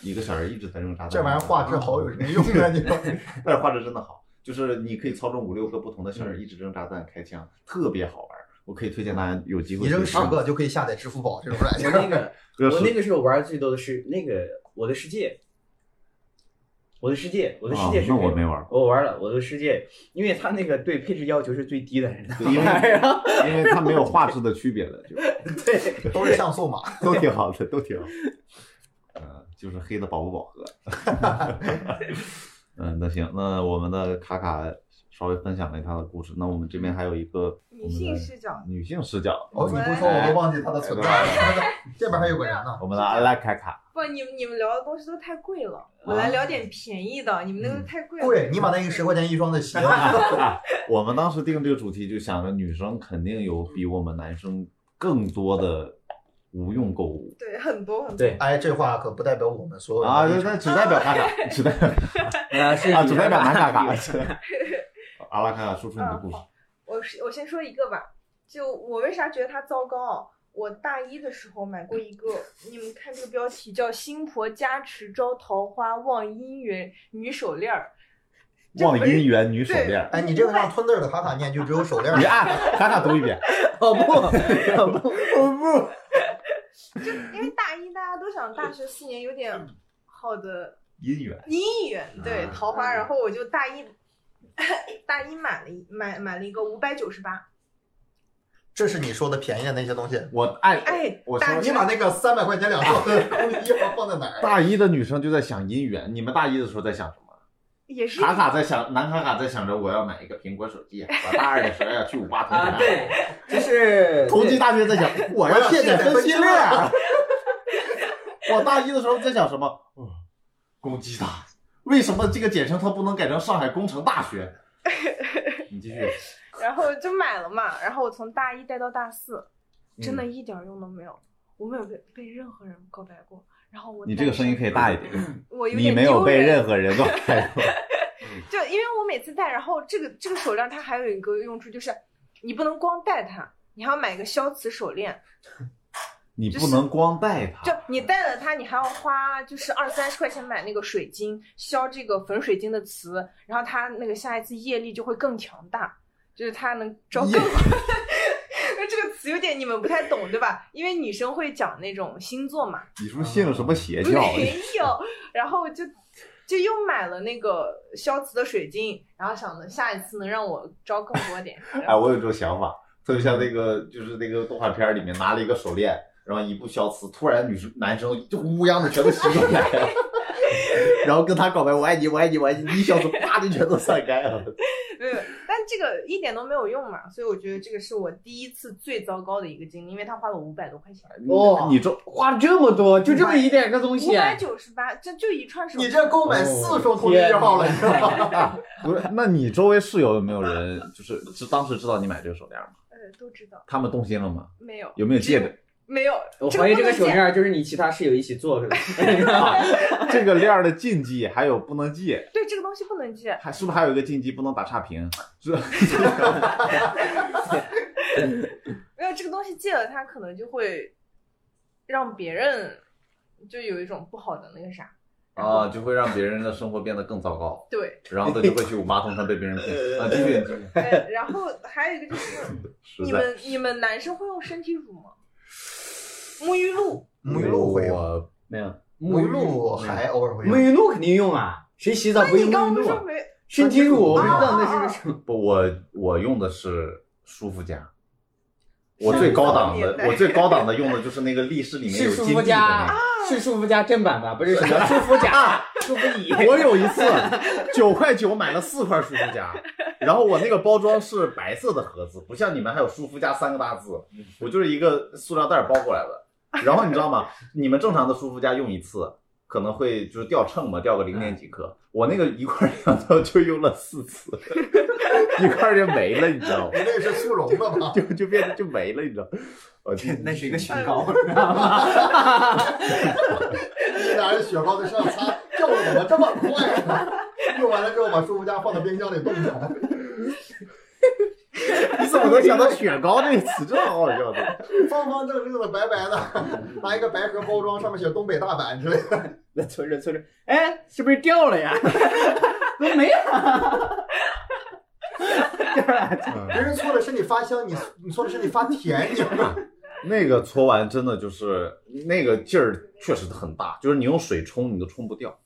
Speaker 3: 一个小人一直在用沙滩。
Speaker 4: 这玩意儿画质好有什么用啊？你说
Speaker 3: 但 <laughs> 是画质真的好，就是你可以操纵五六个不同的小
Speaker 2: 嗯
Speaker 3: 人一直扔炸弹开枪，特别好玩儿。我可以推荐大家有机会
Speaker 4: 你扔
Speaker 3: 去
Speaker 4: 十
Speaker 3: 看
Speaker 4: 个就可以下载支付宝这种
Speaker 2: <laughs>
Speaker 4: 软
Speaker 2: 我
Speaker 4: 件。
Speaker 2: 那
Speaker 3: <laughs>
Speaker 2: 个
Speaker 3: 热
Speaker 2: 我
Speaker 3: 水
Speaker 2: 那个时候玩儿最多的是那个《我的世界》，我的世界，我的世界
Speaker 3: 哦
Speaker 2: 是、
Speaker 3: 那我没玩儿，
Speaker 2: 我玩了《我的世界》，因为它那个对配置要求是最低的，
Speaker 3: 对
Speaker 2: <laughs>
Speaker 3: 因为因为它没有画质的区别了，就 <laughs>
Speaker 2: 对，
Speaker 4: <laughs> 都是像素码，
Speaker 3: 都挺好的，都挺好。呃，就是黑的饱不饱 <laughs> 和。嗯，那行，那我们的卡卡稍微分享了他的故事，那我们这边还有一个
Speaker 5: 女性视角，
Speaker 3: 女性视角，哎
Speaker 4: 哦，你不说我都忘记它的存在了。这边还有个人呢，
Speaker 3: 我们的阿拉卡 <laughs> 卡。
Speaker 5: 不，你们你们聊的东西都太贵了，我来聊点便宜的，你们那个太贵了。
Speaker 4: 啊嗯贵，你把那个十块钱一双的鞋，
Speaker 3: 我们当时定这个主题就想着女生肯定有比我们男生更多的无用购物
Speaker 5: 对，很多很多。
Speaker 2: 对
Speaker 4: 哎，这话可不代表我们所有人
Speaker 3: 啊，
Speaker 4: 的
Speaker 3: 那
Speaker 4: 立场
Speaker 3: 那只代表 <laughs> 卡卡，只代表
Speaker 2: <laughs> 呃，是
Speaker 3: <laughs> 啊，只代表男卡卡。
Speaker 2: 是
Speaker 3: <laughs> 阿拉卡卡，说出你的
Speaker 5: 嗯
Speaker 3: 故事。
Speaker 5: 我是我先说一个吧，就我为啥觉得它糟糕啊？我大一的时候买过一个，你们看这个标题叫“新婆加持招桃花望姻缘女手链儿
Speaker 3: 望姻缘女手链儿，
Speaker 4: 哎，你这个让吞字儿的卡卡念，就只有手链儿
Speaker 3: 你。按卡卡读一遍。
Speaker 2: 哦不，哦不，哦”，
Speaker 5: 因为大一大家都想大学四年有点好的
Speaker 3: 姻缘，
Speaker 5: 姻缘，对
Speaker 4: 嗯
Speaker 3: 啊
Speaker 5: 桃花，然后我就大一 <laughs> 大一买了一买买了一个五百九十八，
Speaker 4: <laughs> 这是你说的便宜的那些东西。
Speaker 3: 我按
Speaker 5: 哎，
Speaker 3: 我
Speaker 5: 大
Speaker 3: 说
Speaker 4: 你把那个三百块钱两双的东西放在哪儿？
Speaker 3: 大一的女生就在想姻缘，你们大一的时候在想什么？
Speaker 5: 也是
Speaker 3: 卡卡在想，男卡卡在想着我要买一个苹果手机，我大二的时候要去五八同
Speaker 2: <laughs>
Speaker 3: 济
Speaker 2: 啊
Speaker 3: 大学。
Speaker 2: 对， <laughs> 就是
Speaker 3: 同济大学在想，我要卸载分析链儿。 <laughs> 我大一的时候在想什么？哦，攻击大，为什么这个简称它不能改成上海工程大
Speaker 5: <laughs>
Speaker 3: 学？你继续，
Speaker 5: 然后就买了嘛，然后我从大一带到大四，真的
Speaker 3: 嗯
Speaker 5: 一点儿用都没有，我没有被被任何人告白过。然后我
Speaker 3: 你这个声音可以大一点，
Speaker 5: 以，我有
Speaker 3: 你
Speaker 5: 点
Speaker 3: 没有
Speaker 5: 丢
Speaker 3: 被
Speaker 5: 人
Speaker 3: 任何人告
Speaker 5: <laughs>
Speaker 3: 白过。
Speaker 5: 就因为我每次戴，然后这个这个手链它还有一个用处就是，你不能光戴它，你还要买个消磁手链，
Speaker 3: 你不能光带
Speaker 5: 就
Speaker 3: 它，
Speaker 5: 你戴了它，你还要花就是二三十块钱买那个水晶消这个粉水晶的磁，然后它那个下一次业力就会更强大，就是它能招
Speaker 3: <laughs>
Speaker 5: 更。这个词有点你们不太懂对吧？因为女生会讲那种星座嘛，
Speaker 3: 你是不是信了什么邪教？
Speaker 5: 没有，然后就就又买了那个消磁的水晶，然后想着下一次能让我招更多点。
Speaker 3: <laughs> <laughs> 哎，我有一种想法，特别像那个就是那个动画片里面拿了一个手链，然后一不消磁，突然女生男生就乌泱的全都吸过来了， <laughs> 然后跟他告白，我爱你，我爱你，我爱你，一消磁，啪就全都散开
Speaker 5: <laughs>
Speaker 3: 了。
Speaker 5: 没有，但这个一点都没有用嘛，所以我觉得这个是我第一次最糟糕的一个经历，因为他花了五百多块钱，
Speaker 2: 哦
Speaker 3: 你这
Speaker 2: 花了这么多，就这么一点个东
Speaker 5: 五
Speaker 2: 西，啊
Speaker 5: 百九十八，这就一串手
Speaker 4: 你
Speaker 5: 链。
Speaker 4: 这购买四双同学一号了，你知道吗？
Speaker 3: 不是？那你周围室友有没有人就是知当时知道你买这个手链吗？
Speaker 5: 呃都知道
Speaker 3: 他们动心了吗？
Speaker 5: 没有？
Speaker 3: 有没有戒指？
Speaker 5: 没有，
Speaker 2: 我怀疑
Speaker 5: 不
Speaker 2: 这个
Speaker 5: 能
Speaker 2: 手
Speaker 5: 剪
Speaker 2: 链儿就是你其他室友一起做出来的。
Speaker 3: 这个链儿的禁忌还有不能戒，
Speaker 5: 对这个东西不能借。
Speaker 3: 还是不是还有一个禁忌不能打差评？是 <laughs>
Speaker 5: 没有这个东西戒了，它可能就会让别人就有一种不好的那个啥。
Speaker 3: 啊，
Speaker 2: 哦
Speaker 3: 就会让别人的生活变得更糟糕。 <laughs>
Speaker 5: 对，
Speaker 2: <laughs>
Speaker 3: 然后他就会去五八同城被别人骗啊，继续继续
Speaker 5: 呃然后还有一个
Speaker 3: <laughs>
Speaker 5: 就是。
Speaker 3: 实
Speaker 5: 你
Speaker 3: 在
Speaker 5: 们你们男生会用身体乳吗？沐浴露，
Speaker 3: 嗯
Speaker 4: 沐浴露会有，
Speaker 3: 我
Speaker 2: 没有，
Speaker 4: 沐浴露还偶尔会啊
Speaker 2: 沐
Speaker 4: <laughs> 用。
Speaker 2: 浴露肯定用啊，谁洗澡
Speaker 5: 那
Speaker 2: 不用
Speaker 5: 你
Speaker 2: 沐
Speaker 5: 刚
Speaker 2: 浴
Speaker 5: 不
Speaker 2: 露
Speaker 5: 是
Speaker 2: 啊？
Speaker 5: 没？
Speaker 2: 身体乳，我
Speaker 5: 啊
Speaker 2: 不知道
Speaker 5: 啊
Speaker 2: 那
Speaker 5: 啊
Speaker 2: 是个什么。
Speaker 3: 不我我用的是舒肤佳，我最高档的
Speaker 5: 上个年代
Speaker 3: 我最高档的用的就是那个立式
Speaker 5: 啊
Speaker 3: 里面
Speaker 2: 是
Speaker 3: 有
Speaker 2: 舒
Speaker 3: 金
Speaker 2: 肤
Speaker 3: 币的那
Speaker 2: 佳
Speaker 3: 个。，
Speaker 2: 是舒肤佳正版吧？不是什 <laughs> 么舒肤佳、舒肤 <laughs> 乙。
Speaker 3: <laughs> 我有一次九块九买了四块舒肤佳，然后我那个包装是白色的盒子，不像你们还有舒肤佳三个大字，
Speaker 2: 嗯
Speaker 3: 我就是一个塑料袋儿包过来的。然后你知道吗？你们正常的舒肤佳用一次可能会就是掉秤嘛，掉个零点几克，我那个一块儿两刀就用了四次， <laughs> 一块儿就没了，你知道吗？
Speaker 4: 你那个是速溶的吗？ <laughs>
Speaker 3: 就就变成就没了，你知道吗？我天，
Speaker 2: 那是一个雪糕，知道吗？
Speaker 4: 你拿着雪糕在身上擦，这我怎么这么 <laughs> 快呢？用完了之后把舒肤佳放到冰箱里冻起来。
Speaker 3: 你怎么能想到雪糕这个词？真好好笑的。
Speaker 4: <laughs> 方方正正的、白白的， <laughs> 拿一个白盒包装，上面写东北大阪之类的。
Speaker 2: 那村着村着，哎，是不是掉
Speaker 5: <laughs>
Speaker 2: 了呀？都没了，掉了。
Speaker 4: 别人搓的是你发香，你你搓的是你发甜，你知道吗？ <laughs>
Speaker 3: 那个搓完真的就是那个劲儿确实很大，就是你用水冲你都冲不掉，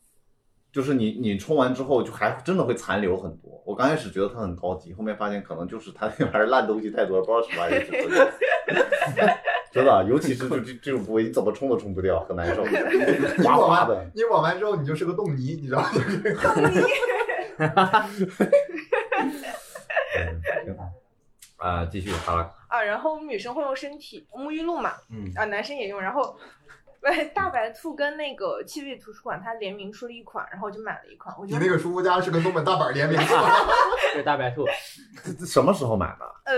Speaker 3: 就是你你冲完之后就还真的会残留很多。我刚开始觉得它很高级，后面发现可能就是它那玩意儿烂东西太多了，不知道什么玩意儿就存在。真的， <laughs> 尤其是就这这种部位，你怎么冲都冲不掉，很难受，哗哗的。
Speaker 4: 你抹完之后，你就是个冻泥，你知道吗？
Speaker 3: 嗯 <laughs> 啊、继续哈拉，
Speaker 5: 啊，然后我们女生会用身体沐浴露嘛，
Speaker 2: 嗯
Speaker 5: 啊，男生也用，然后。哎，大白兔跟那个气味图书馆它联名出了一款，然后我就买了一款。我
Speaker 4: 你
Speaker 5: 觉
Speaker 4: 那
Speaker 5: 得
Speaker 4: 个舒肤佳是跟东北大阪联名的，
Speaker 2: <laughs> 啊这大白兔，
Speaker 3: 这这什么时候买的
Speaker 5: 呃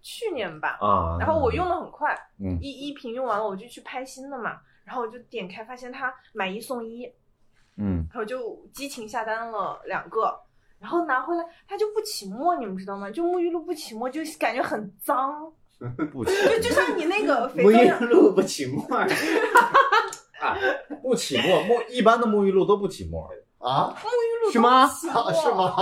Speaker 5: 去年吧，
Speaker 3: 啊？
Speaker 5: 然后我用的很快，
Speaker 3: 嗯
Speaker 5: 一一瓶用完了我就去拍新的嘛，然后我就点开发现它买一送一，
Speaker 3: 嗯，
Speaker 5: 然后就激情下单了两个，然后拿回来它就不起沫，你们知道吗？就沐浴露不起沫，就感觉很脏，
Speaker 3: 不行，
Speaker 5: 就就像你那个肥
Speaker 2: 沐
Speaker 5: 皂一
Speaker 2: 浴
Speaker 5: 样，
Speaker 2: 露不起沫儿，
Speaker 3: 啊，不起沫，沐一般的沐浴露都不起沫，
Speaker 4: 啊 <laughs>
Speaker 2: 是吗？
Speaker 5: 起沫
Speaker 4: 啊是？吗？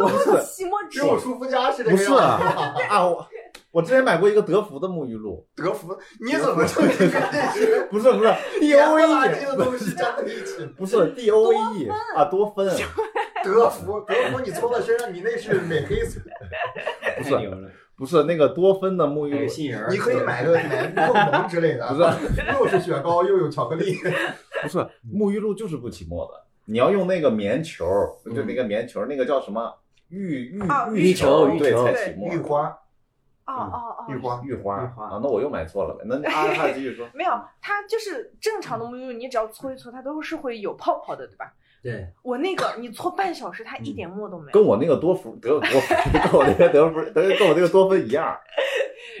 Speaker 3: 我是
Speaker 5: 起沫
Speaker 4: 只
Speaker 5: 只
Speaker 4: 有舒肤佳 <laughs> 是这
Speaker 3: 不
Speaker 4: 个样
Speaker 3: 是
Speaker 4: 子 <laughs>
Speaker 3: 啊
Speaker 4: 啊。
Speaker 3: 啊，我我之前买过一个德芙的沐浴露，
Speaker 4: 德芙，你怎么证明这
Speaker 3: <laughs>
Speaker 4: 是
Speaker 3: 不是不是 D
Speaker 4: 甜
Speaker 3: O
Speaker 4: 不 <laughs> 拉
Speaker 3: E，
Speaker 4: 几的东西站在一起？
Speaker 3: 不是 D O E 啊，多酚，
Speaker 4: <laughs> 德芙，德芙，你搓到身上，你那是美黑色，
Speaker 3: 不
Speaker 2: 太牛哎
Speaker 3: 是
Speaker 2: 了，
Speaker 3: 不是那个多酚的沐浴
Speaker 2: 那个
Speaker 3: 露，
Speaker 2: 杏仁儿，
Speaker 4: 你可以买个买个梦萌之类的，
Speaker 3: 不是
Speaker 4: 又是雪糕又有巧克力，
Speaker 3: 不是沐浴露就是不起沫的，你要用那个棉球，
Speaker 2: 嗯
Speaker 3: 就那个棉球，那个叫什么浴浴
Speaker 5: 啊
Speaker 3: 浴
Speaker 5: 浴
Speaker 2: 球
Speaker 3: 对
Speaker 2: 浴球
Speaker 3: 才起沫
Speaker 4: 玉，花，
Speaker 5: 哦哦
Speaker 4: 玉
Speaker 5: 哦，
Speaker 4: 花，
Speaker 3: 浴花
Speaker 2: 浴花
Speaker 3: 啊，那我又买错了呗，那阿拉继续说
Speaker 5: 没有，它就是正常的沐浴露，你只要搓一搓，它都是会有泡泡的，对吧？
Speaker 2: 对，
Speaker 5: 我那个你搓半小时，它一点沫都没有。
Speaker 3: 跟我那个多芙德多芙跟我那个德芙德跟我那个多酚一样，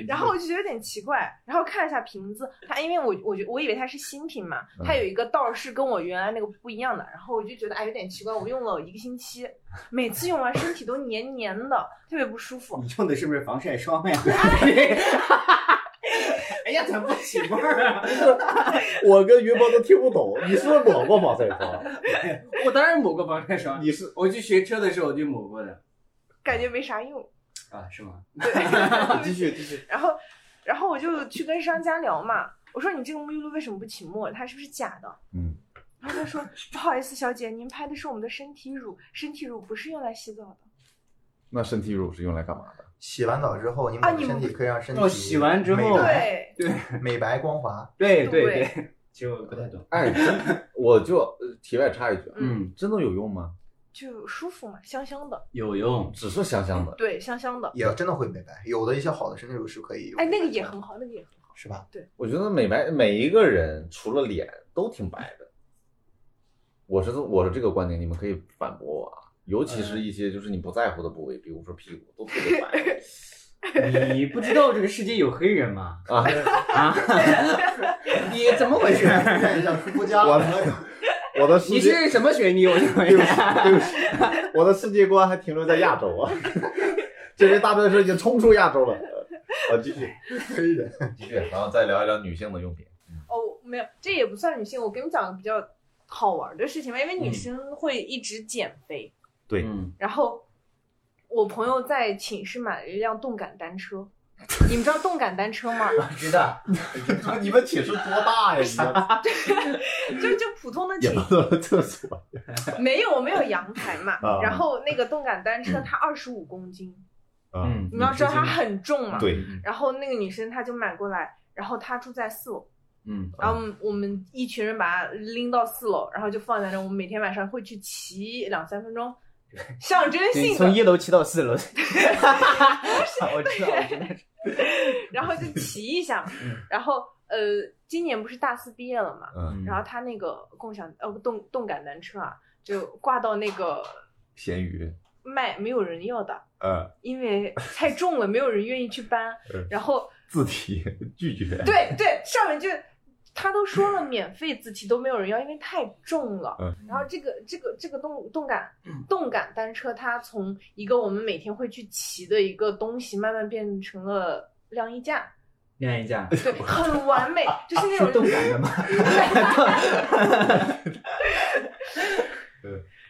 Speaker 5: 然后我就觉得有点奇怪，然后看了一下瓶子，它因为我我觉我以为它是新品嘛，
Speaker 3: 嗯
Speaker 5: 它有一个道是跟我原来那个不一样的，然后我就觉得哎有点奇怪，我用了一个星期，每次用完身体都黏黏的，特别不舒服。
Speaker 2: 你用的是不是防晒霜
Speaker 5: <laughs>
Speaker 2: 呀？哎呀，怎么不起沫儿啊？
Speaker 3: 我跟云波都听不懂，你是不是抹过防晒霜？
Speaker 2: <laughs> 我当然抹过防晒霜，
Speaker 3: 你是
Speaker 2: 我去学车的时候我就抹过的
Speaker 5: 感觉没啥用。
Speaker 2: 啊，是吗？
Speaker 3: 继续继续，
Speaker 5: <laughs> 然后，然后我就去跟商家聊嘛，我说你这个沐浴露为什么不起沫？它是不是假的？
Speaker 3: 嗯。
Speaker 5: 然后他说：“不好意思，小姐，您拍的是我们的身体乳，身体乳不是用来洗澡的。
Speaker 3: 那身体乳是用来干嘛的？
Speaker 4: 洗完澡之后，你
Speaker 5: 啊
Speaker 4: 抹
Speaker 5: 你
Speaker 4: 身体可以让身体
Speaker 2: 哦洗完之后
Speaker 4: 美”白
Speaker 5: 对，
Speaker 4: 美白光滑，
Speaker 2: 对
Speaker 5: 对
Speaker 2: 对， <laughs> 其实我不太懂。
Speaker 3: 哎，真我就呃题外插一句啊，
Speaker 2: 嗯，
Speaker 3: 真的有用吗？
Speaker 5: 就舒服嘛，香香的，
Speaker 2: 有用，
Speaker 3: 只是香香的，
Speaker 5: 对，香香的。
Speaker 4: 也真的会美白。有的一些好的身体乳是可以有，
Speaker 5: 哎，那个也很好，那个也很好。
Speaker 4: 是吧？
Speaker 3: 我觉得美白每一个人除了脸都挺白的。我是我是这个观点，你们可以反驳我啊。尤其
Speaker 2: 嗯
Speaker 3: 是一些就是你不在乎的部位，比如说屁股，都特别
Speaker 2: <laughs>
Speaker 3: 白
Speaker 2: 你不知道这个世界有黑人吗？
Speaker 3: 啊。
Speaker 2: 啊， <laughs> 你怎么
Speaker 4: <laughs>
Speaker 2: 回事？
Speaker 4: 看一下舒肤佳，
Speaker 3: 我我的
Speaker 2: 你
Speaker 3: 世界，
Speaker 2: 是什么学历？ <laughs> 我就
Speaker 3: 对不起对不起，我的世界观还停留在亚洲啊。 <laughs> 这位大白说已经冲出
Speaker 2: <laughs>
Speaker 3: 亚洲了。我继续
Speaker 4: 黑人。
Speaker 3: 继续，然后再聊一聊女性的用品。
Speaker 5: 哦，没有，这也不算女性。我跟你讲个比较好玩的事情吧，因为女
Speaker 2: 嗯
Speaker 5: 生会一直减肥，
Speaker 3: 对
Speaker 2: 嗯，
Speaker 5: 然后我朋友在寝室买了一辆动感单车，你们知道动感单车
Speaker 3: <laughs>
Speaker 5: 吗？
Speaker 2: 我知道，
Speaker 3: 你们寝室多大呀？你 <laughs> 们
Speaker 5: 就就普通的
Speaker 3: 也
Speaker 5: 寝
Speaker 3: 不能厕所。
Speaker 5: 没有没有阳台嘛
Speaker 3: 啊，
Speaker 5: 然后那个动感单车它二十五公斤，
Speaker 2: 嗯，
Speaker 5: 你们要知道它很重嘛。
Speaker 3: 对，
Speaker 5: 然后那个女生她就买过来，然后她住在四楼，
Speaker 2: 嗯，
Speaker 5: 然后我
Speaker 3: 啊
Speaker 5: 们我们一群人把它拎到四楼，然后就放在那儿。我们每天晚上会去骑两三分钟，象征
Speaker 2: 你
Speaker 5: 性
Speaker 2: 从
Speaker 5: 的，
Speaker 2: 一楼骑到四
Speaker 5: <laughs>
Speaker 2: 楼，我知道，我知道，
Speaker 5: 然后就骑一下嘛。然后呃，今年不是大四毕业了嘛，
Speaker 3: 嗯，
Speaker 5: 然后他那个共享呃不动动感单车啊，就挂到那个
Speaker 3: 咸鱼，
Speaker 5: 卖没有人要的，
Speaker 3: 呃，
Speaker 5: 因为太重了，没有人愿意去搬
Speaker 3: 嗯。
Speaker 5: 然后 <laughs>
Speaker 3: 字体拒绝。
Speaker 5: 对对，上面就他都说了免费自提都没有人要，因为太重了。
Speaker 3: 嗯
Speaker 5: 然后这个这个这个动动感
Speaker 2: 嗯
Speaker 5: 动感单车，它从一个我们每天会去骑的一个东西，慢慢变成了晾衣
Speaker 2: <laughs>
Speaker 5: 架，
Speaker 2: 晾一下，
Speaker 5: 对，很完美，就是那
Speaker 2: 是
Speaker 5: 种
Speaker 2: 动感的吗？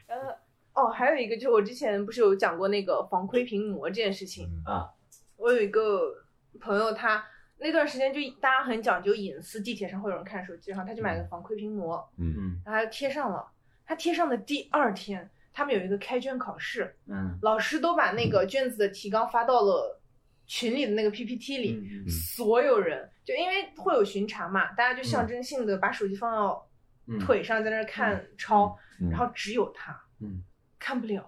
Speaker 5: 呃，哦，还有一个就是我之前不是有讲过那个防窥屏膜这件事情，
Speaker 3: 嗯
Speaker 5: 我有一个朋友他，那段时间就大家很讲究隐私，地铁上会有人看手机，然后他就买了个防窥屏膜，
Speaker 3: 嗯
Speaker 2: 嗯
Speaker 5: 然后他贴上了。他贴上的第二天，他们有一个开卷考试，
Speaker 2: 嗯
Speaker 5: 老师都把那个卷子的提纲发到了群里的那个 PPT 里，
Speaker 2: 嗯
Speaker 5: 所有人就因为会有巡查嘛，大家就象征性的把手机放到
Speaker 2: 嗯，
Speaker 5: 腿上，在那儿看抄。
Speaker 3: 嗯，
Speaker 5: 然后只有他，
Speaker 2: 嗯，
Speaker 5: 看不了，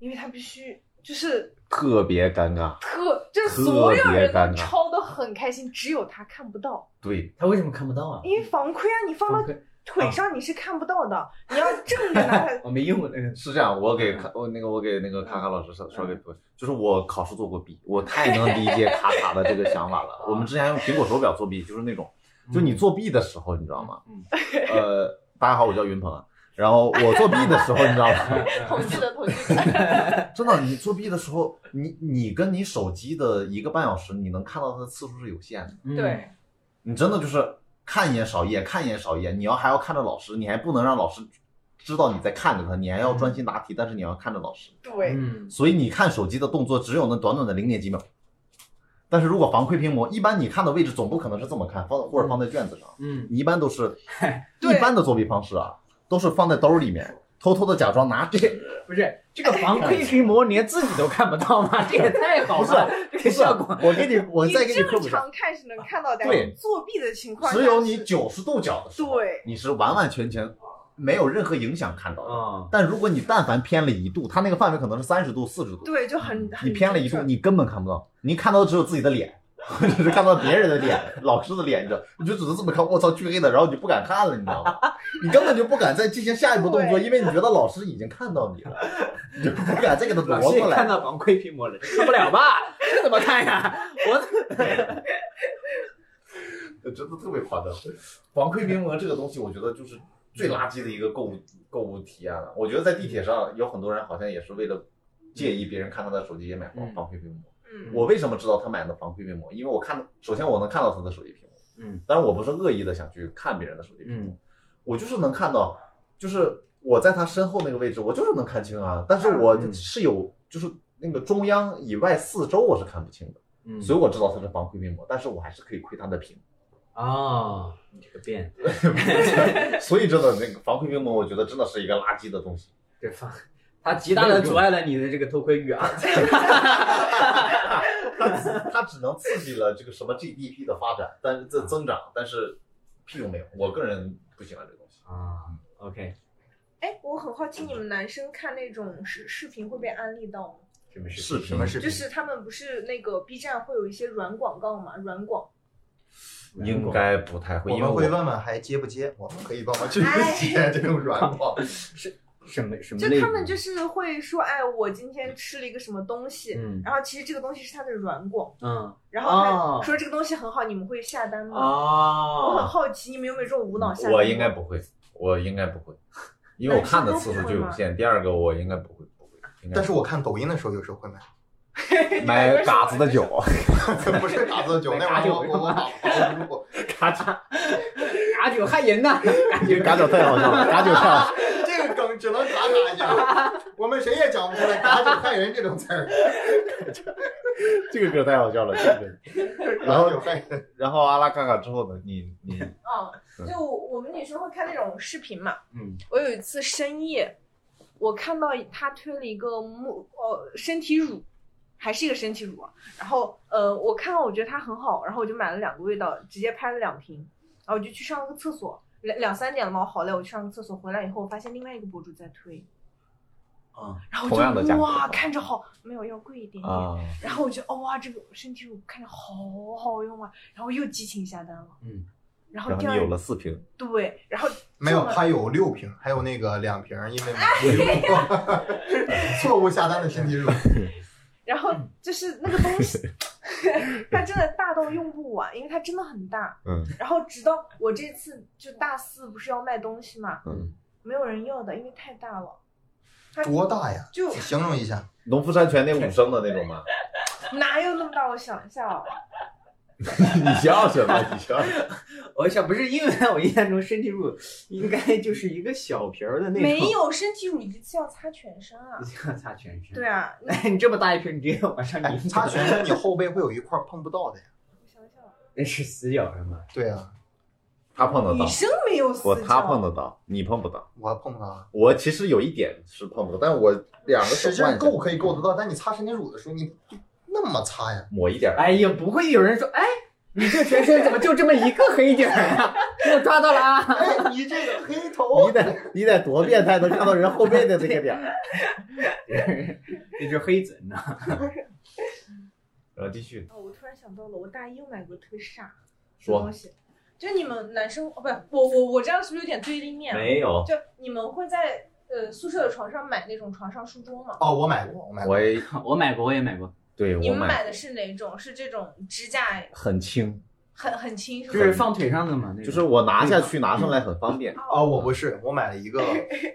Speaker 5: 因为他必须就是
Speaker 3: 特别尴尬，
Speaker 5: 特，就是
Speaker 3: 特
Speaker 5: 所有
Speaker 3: 别
Speaker 5: 人
Speaker 3: 尴
Speaker 5: 都
Speaker 3: 尬
Speaker 5: 抄的很开心，只有他看不到，
Speaker 3: 对，
Speaker 2: 他为什么看不到啊？
Speaker 5: 因为防窥啊，你放到
Speaker 2: 我。
Speaker 5: 腿上你是看不到的，你要正着拿它
Speaker 2: 我没用过那个，
Speaker 3: 是这样，我给卡我那个我给那个卡卡老师说说给，就是我考试做过弊，我太能理解卡卡的这个想法 <laughs> 了。我们之前用苹果手表作弊，就是那种，就你作弊的时候，你知道吗？
Speaker 2: 嗯
Speaker 3: 呃，大家好，我叫云鹏啊。然后我作弊的时候，你知道吗？
Speaker 1: <laughs> 统
Speaker 2: 嗯
Speaker 1: 计的统计
Speaker 3: 嗯
Speaker 1: <laughs> 的，
Speaker 3: 真的，你作弊的时候，你你跟你手机的一个半小时，你能看到它的次数是有限的。
Speaker 2: 嗯，
Speaker 5: <laughs> 对，
Speaker 3: 你真的就是看一眼少一眼，看一眼少一眼。你要还要看着老师，你还不能让老师知道你在看着他，你还要专心答题，但是你要看着老师。
Speaker 5: 对，
Speaker 2: 嗯
Speaker 3: 所以你看手机的动作只有那短短的零点几秒。但是如果防窥屏膜，一般你看的位置总不可能是这么看，放或者放在卷子上，
Speaker 2: 嗯
Speaker 3: 你一般
Speaker 2: <laughs>
Speaker 3: 都是一
Speaker 5: 对
Speaker 3: 般的作弊方式啊，都是放在兜里面，偷偷的假装拿这个。
Speaker 2: 不是这个防
Speaker 3: 哎
Speaker 2: 窥屏膜连自己都看不到
Speaker 3: <laughs>
Speaker 2: 吗？这也太好了，这个效果。
Speaker 3: 我给你，我
Speaker 5: 你
Speaker 3: 再给你科
Speaker 5: 正
Speaker 3: 普一下，
Speaker 5: 常看是能看到的，
Speaker 3: 对
Speaker 5: 作弊的情况下
Speaker 3: 只有你
Speaker 5: 是
Speaker 3: 九十度角的时候，
Speaker 5: 对
Speaker 3: 你是完完全全没有任何影响看到的。
Speaker 2: 哦，
Speaker 3: 但如果你但凡偏了一度，它那个范围可能是三十度、四十度，
Speaker 5: 对就很很
Speaker 3: 嗯你偏了一度，
Speaker 5: 正
Speaker 3: 你根本看不到，你看到的只有自己的脸， <laughs> 或者是看到别人的脸、老师的脸，你知道，你就只能这么看，我操，巨黑的，然后你就不敢看了，你知道吗？ <laughs> 你根本就不敢再进行下一步动作，
Speaker 5: 对
Speaker 3: 因为你觉得老师已经看到你了，你就不敢再给他
Speaker 2: 老
Speaker 3: 挪
Speaker 2: 师也
Speaker 3: 过
Speaker 2: 看
Speaker 3: 来。
Speaker 2: 到防窥屏膜了，这看不了吧？ <laughs> 这怎么看呀？我
Speaker 3: 呃真的特别夸张。防窥屏膜这个东西，我觉得就是最垃圾的一个购物购物体验了。我觉得在地铁上有很多人好像也是为了介意别人看他的手机也买防
Speaker 2: 嗯
Speaker 3: 防窥屏膜。
Speaker 5: 嗯
Speaker 3: 我为什么知道他买的防窥屏膜？因为我看，首先我能看到他的手机屏幕，
Speaker 2: 嗯，
Speaker 3: 但是我不是恶意的想去看别人的手机屏幕，我就是能看到，就是我在他身后那个位置，我就是能看清啊，但是我
Speaker 2: 嗯
Speaker 3: 是有，就是那个中央以外四周我是看不清的，
Speaker 2: 嗯
Speaker 3: 所以我知道他是防窥屏膜，但是我还是可以窥他的屏。
Speaker 2: 哦，你这个变
Speaker 3: <laughs> 所以真的那个防窥屏膜，我觉得真的是一个垃圾的东西。 <laughs>
Speaker 2: 对方，它极大的阻碍了你的这个偷窥欲啊！ <laughs>
Speaker 3: 它只能刺激了这个什么 GDP 的发展，但是这增长，但是屁用没有。我个人不喜欢这个东西。
Speaker 2: 啊，OK，
Speaker 5: 哎，我很好奇你们男生看那种视视频会被安利到吗？
Speaker 2: 什么
Speaker 3: 视频
Speaker 2: 什么视频？
Speaker 5: 就是他们不是那个 B 站会有一些软广告嘛，软广。
Speaker 3: 应该不太会，
Speaker 4: 啊
Speaker 3: 因
Speaker 4: 我
Speaker 3: 为
Speaker 4: 们
Speaker 3: 我
Speaker 4: 会问问还接不接，我们可以帮忙去
Speaker 5: 哎
Speaker 4: 接这种软广。
Speaker 2: 什么
Speaker 3: 嗯
Speaker 2: 什么
Speaker 5: 就
Speaker 2: 类
Speaker 5: 他们
Speaker 2: 目
Speaker 5: 就是会说，哎，我今天吃了一个什么东西，
Speaker 2: 嗯
Speaker 5: 然后其实这个东西是它的软广，
Speaker 2: 嗯
Speaker 5: 然后
Speaker 2: 哦
Speaker 5: 还说这个东西很好，你们会下单吗？我很
Speaker 2: 哦，
Speaker 5: 好奇，你们有没有这种无脑下单？
Speaker 3: 我应该不会，我应该不会，因为我看的次数就有
Speaker 5: <laughs>
Speaker 3: 限。第二个我应该不会，不会。应该
Speaker 4: 但是
Speaker 3: 不
Speaker 4: 我
Speaker 3: 会
Speaker 4: 看抖音的时候，有时候会买， <laughs>
Speaker 5: <laughs>
Speaker 3: 买嘎子的酒，
Speaker 4: 不是打字酒，那玩意儿我我我我我
Speaker 2: 嘎嚓，嘎酒害人呐！嘎酒
Speaker 3: 嘎酒太好笑了，嘎酒太好笑了。
Speaker 4: <laughs> 这个梗只能嘎嘎一下，我们谁也讲不出来“嘎就害人”这种词儿。
Speaker 3: 这个梗太好笑了，这个。然后
Speaker 4: 嘎就害人，
Speaker 3: <laughs> 然后阿拉嘎嘎之后呢，你你
Speaker 5: 啊，
Speaker 3: 嗯
Speaker 5: 就我们女生会看那种视频嘛。
Speaker 2: 嗯，
Speaker 5: 我有一次深夜，我看到他推了一个沐呃身体乳，还是一个身体乳啊。然后呃，我看到我觉得它很好，然后我就买了两个味道，直接拍了两瓶。然后我就去上了个厕所，两两三点了嘛，我好累，我去上个厕所。回来以后，我发现另外一个博主在推，
Speaker 2: 啊，
Speaker 5: 然后
Speaker 3: 同样
Speaker 5: 我
Speaker 3: 的
Speaker 5: 就
Speaker 3: 价格
Speaker 5: 哇，看着好，没有要贵一点点。
Speaker 3: 啊，
Speaker 5: 然后我就哦哇，这个身体乳看着好好用啊，然后又激情下单了。
Speaker 2: 嗯。
Speaker 5: 然后
Speaker 3: 然后
Speaker 5: 第
Speaker 3: 你
Speaker 5: 二
Speaker 3: 有了四瓶，
Speaker 5: 对，然后
Speaker 4: <laughs> 没有，
Speaker 5: 中了
Speaker 4: 他有六瓶，还有那个两瓶，因为哎 <laughs> 错误下单的身体乳。 <laughs> 嗯
Speaker 5: 然后就是那个东西，它真的大到用不完，因为它真的很大。
Speaker 3: 嗯
Speaker 5: 然后直到我这次就大四不是要卖东西嘛，
Speaker 3: 嗯，
Speaker 5: 没有人要的，因为太大了。它
Speaker 4: 多大呀？
Speaker 5: 就
Speaker 4: 形容一下，
Speaker 3: 农夫山泉那五升的那种吗？
Speaker 5: 哪有那么大？我想一下
Speaker 4: <laughs>
Speaker 5: 啊，
Speaker 3: <laughs> 你笑什么？ <laughs> 你笑什么？
Speaker 2: 我想不是因为我印象中身体乳应该就是一个小瓶儿的那种，
Speaker 5: 没有身体乳一次要擦全身啊
Speaker 2: 你。这样擦全身。
Speaker 5: 对啊，那
Speaker 2: <laughs> 哎，你这么大一瓶，你直接往上
Speaker 4: 哎，
Speaker 2: 拧，
Speaker 4: 擦全身你后背会有一块碰不到的呀。
Speaker 5: 我想想啊，
Speaker 2: 那是死角是吗？
Speaker 4: 对啊，
Speaker 3: 他碰得
Speaker 5: 女
Speaker 3: 到，
Speaker 5: 生没有死
Speaker 3: 我
Speaker 5: 角，
Speaker 3: 他碰得到，你碰不到。
Speaker 4: 我碰不到啊。
Speaker 3: 我其实有一点是碰不到，但我两个手
Speaker 4: 使劲
Speaker 3: 腕
Speaker 4: 够可以够得到，但你擦身体乳的时候，你就那么擦 <laughs> 呀？
Speaker 3: 抹一点儿。
Speaker 2: 哎呀，不会有人说，哎，你这全身怎么就这么一个黑点儿啊？我抓到了
Speaker 4: <laughs>
Speaker 2: 啊！
Speaker 4: 哎，你这个黑头
Speaker 3: 你，得你得多变态，能看到人后背的那个点儿。 <laughs>
Speaker 2: 那是黑子呢。
Speaker 3: 然后呃继续
Speaker 5: 哦，我突然想到了，我大一又买过特别傻的
Speaker 3: 说
Speaker 5: 东，西，就你们男生哦，不是我我我这样是不是有点对立面啊？
Speaker 3: 没有，
Speaker 5: 就你们会在呃宿舍的床上买那种床上书桌吗？
Speaker 4: 哦，我买过，我买过，
Speaker 3: 我也
Speaker 2: 我买过，我也买过，
Speaker 3: 对
Speaker 5: 你
Speaker 3: 我
Speaker 5: 们
Speaker 3: 买
Speaker 5: 买的是哪种？是这种支架
Speaker 3: 很轻，
Speaker 5: 很很轻
Speaker 2: 就
Speaker 5: 吗
Speaker 2: 是放腿上的嘛，那种
Speaker 3: 就是我拿下去拿上来很方便。
Speaker 4: 哦，我不是，我买了 <laughs> 一个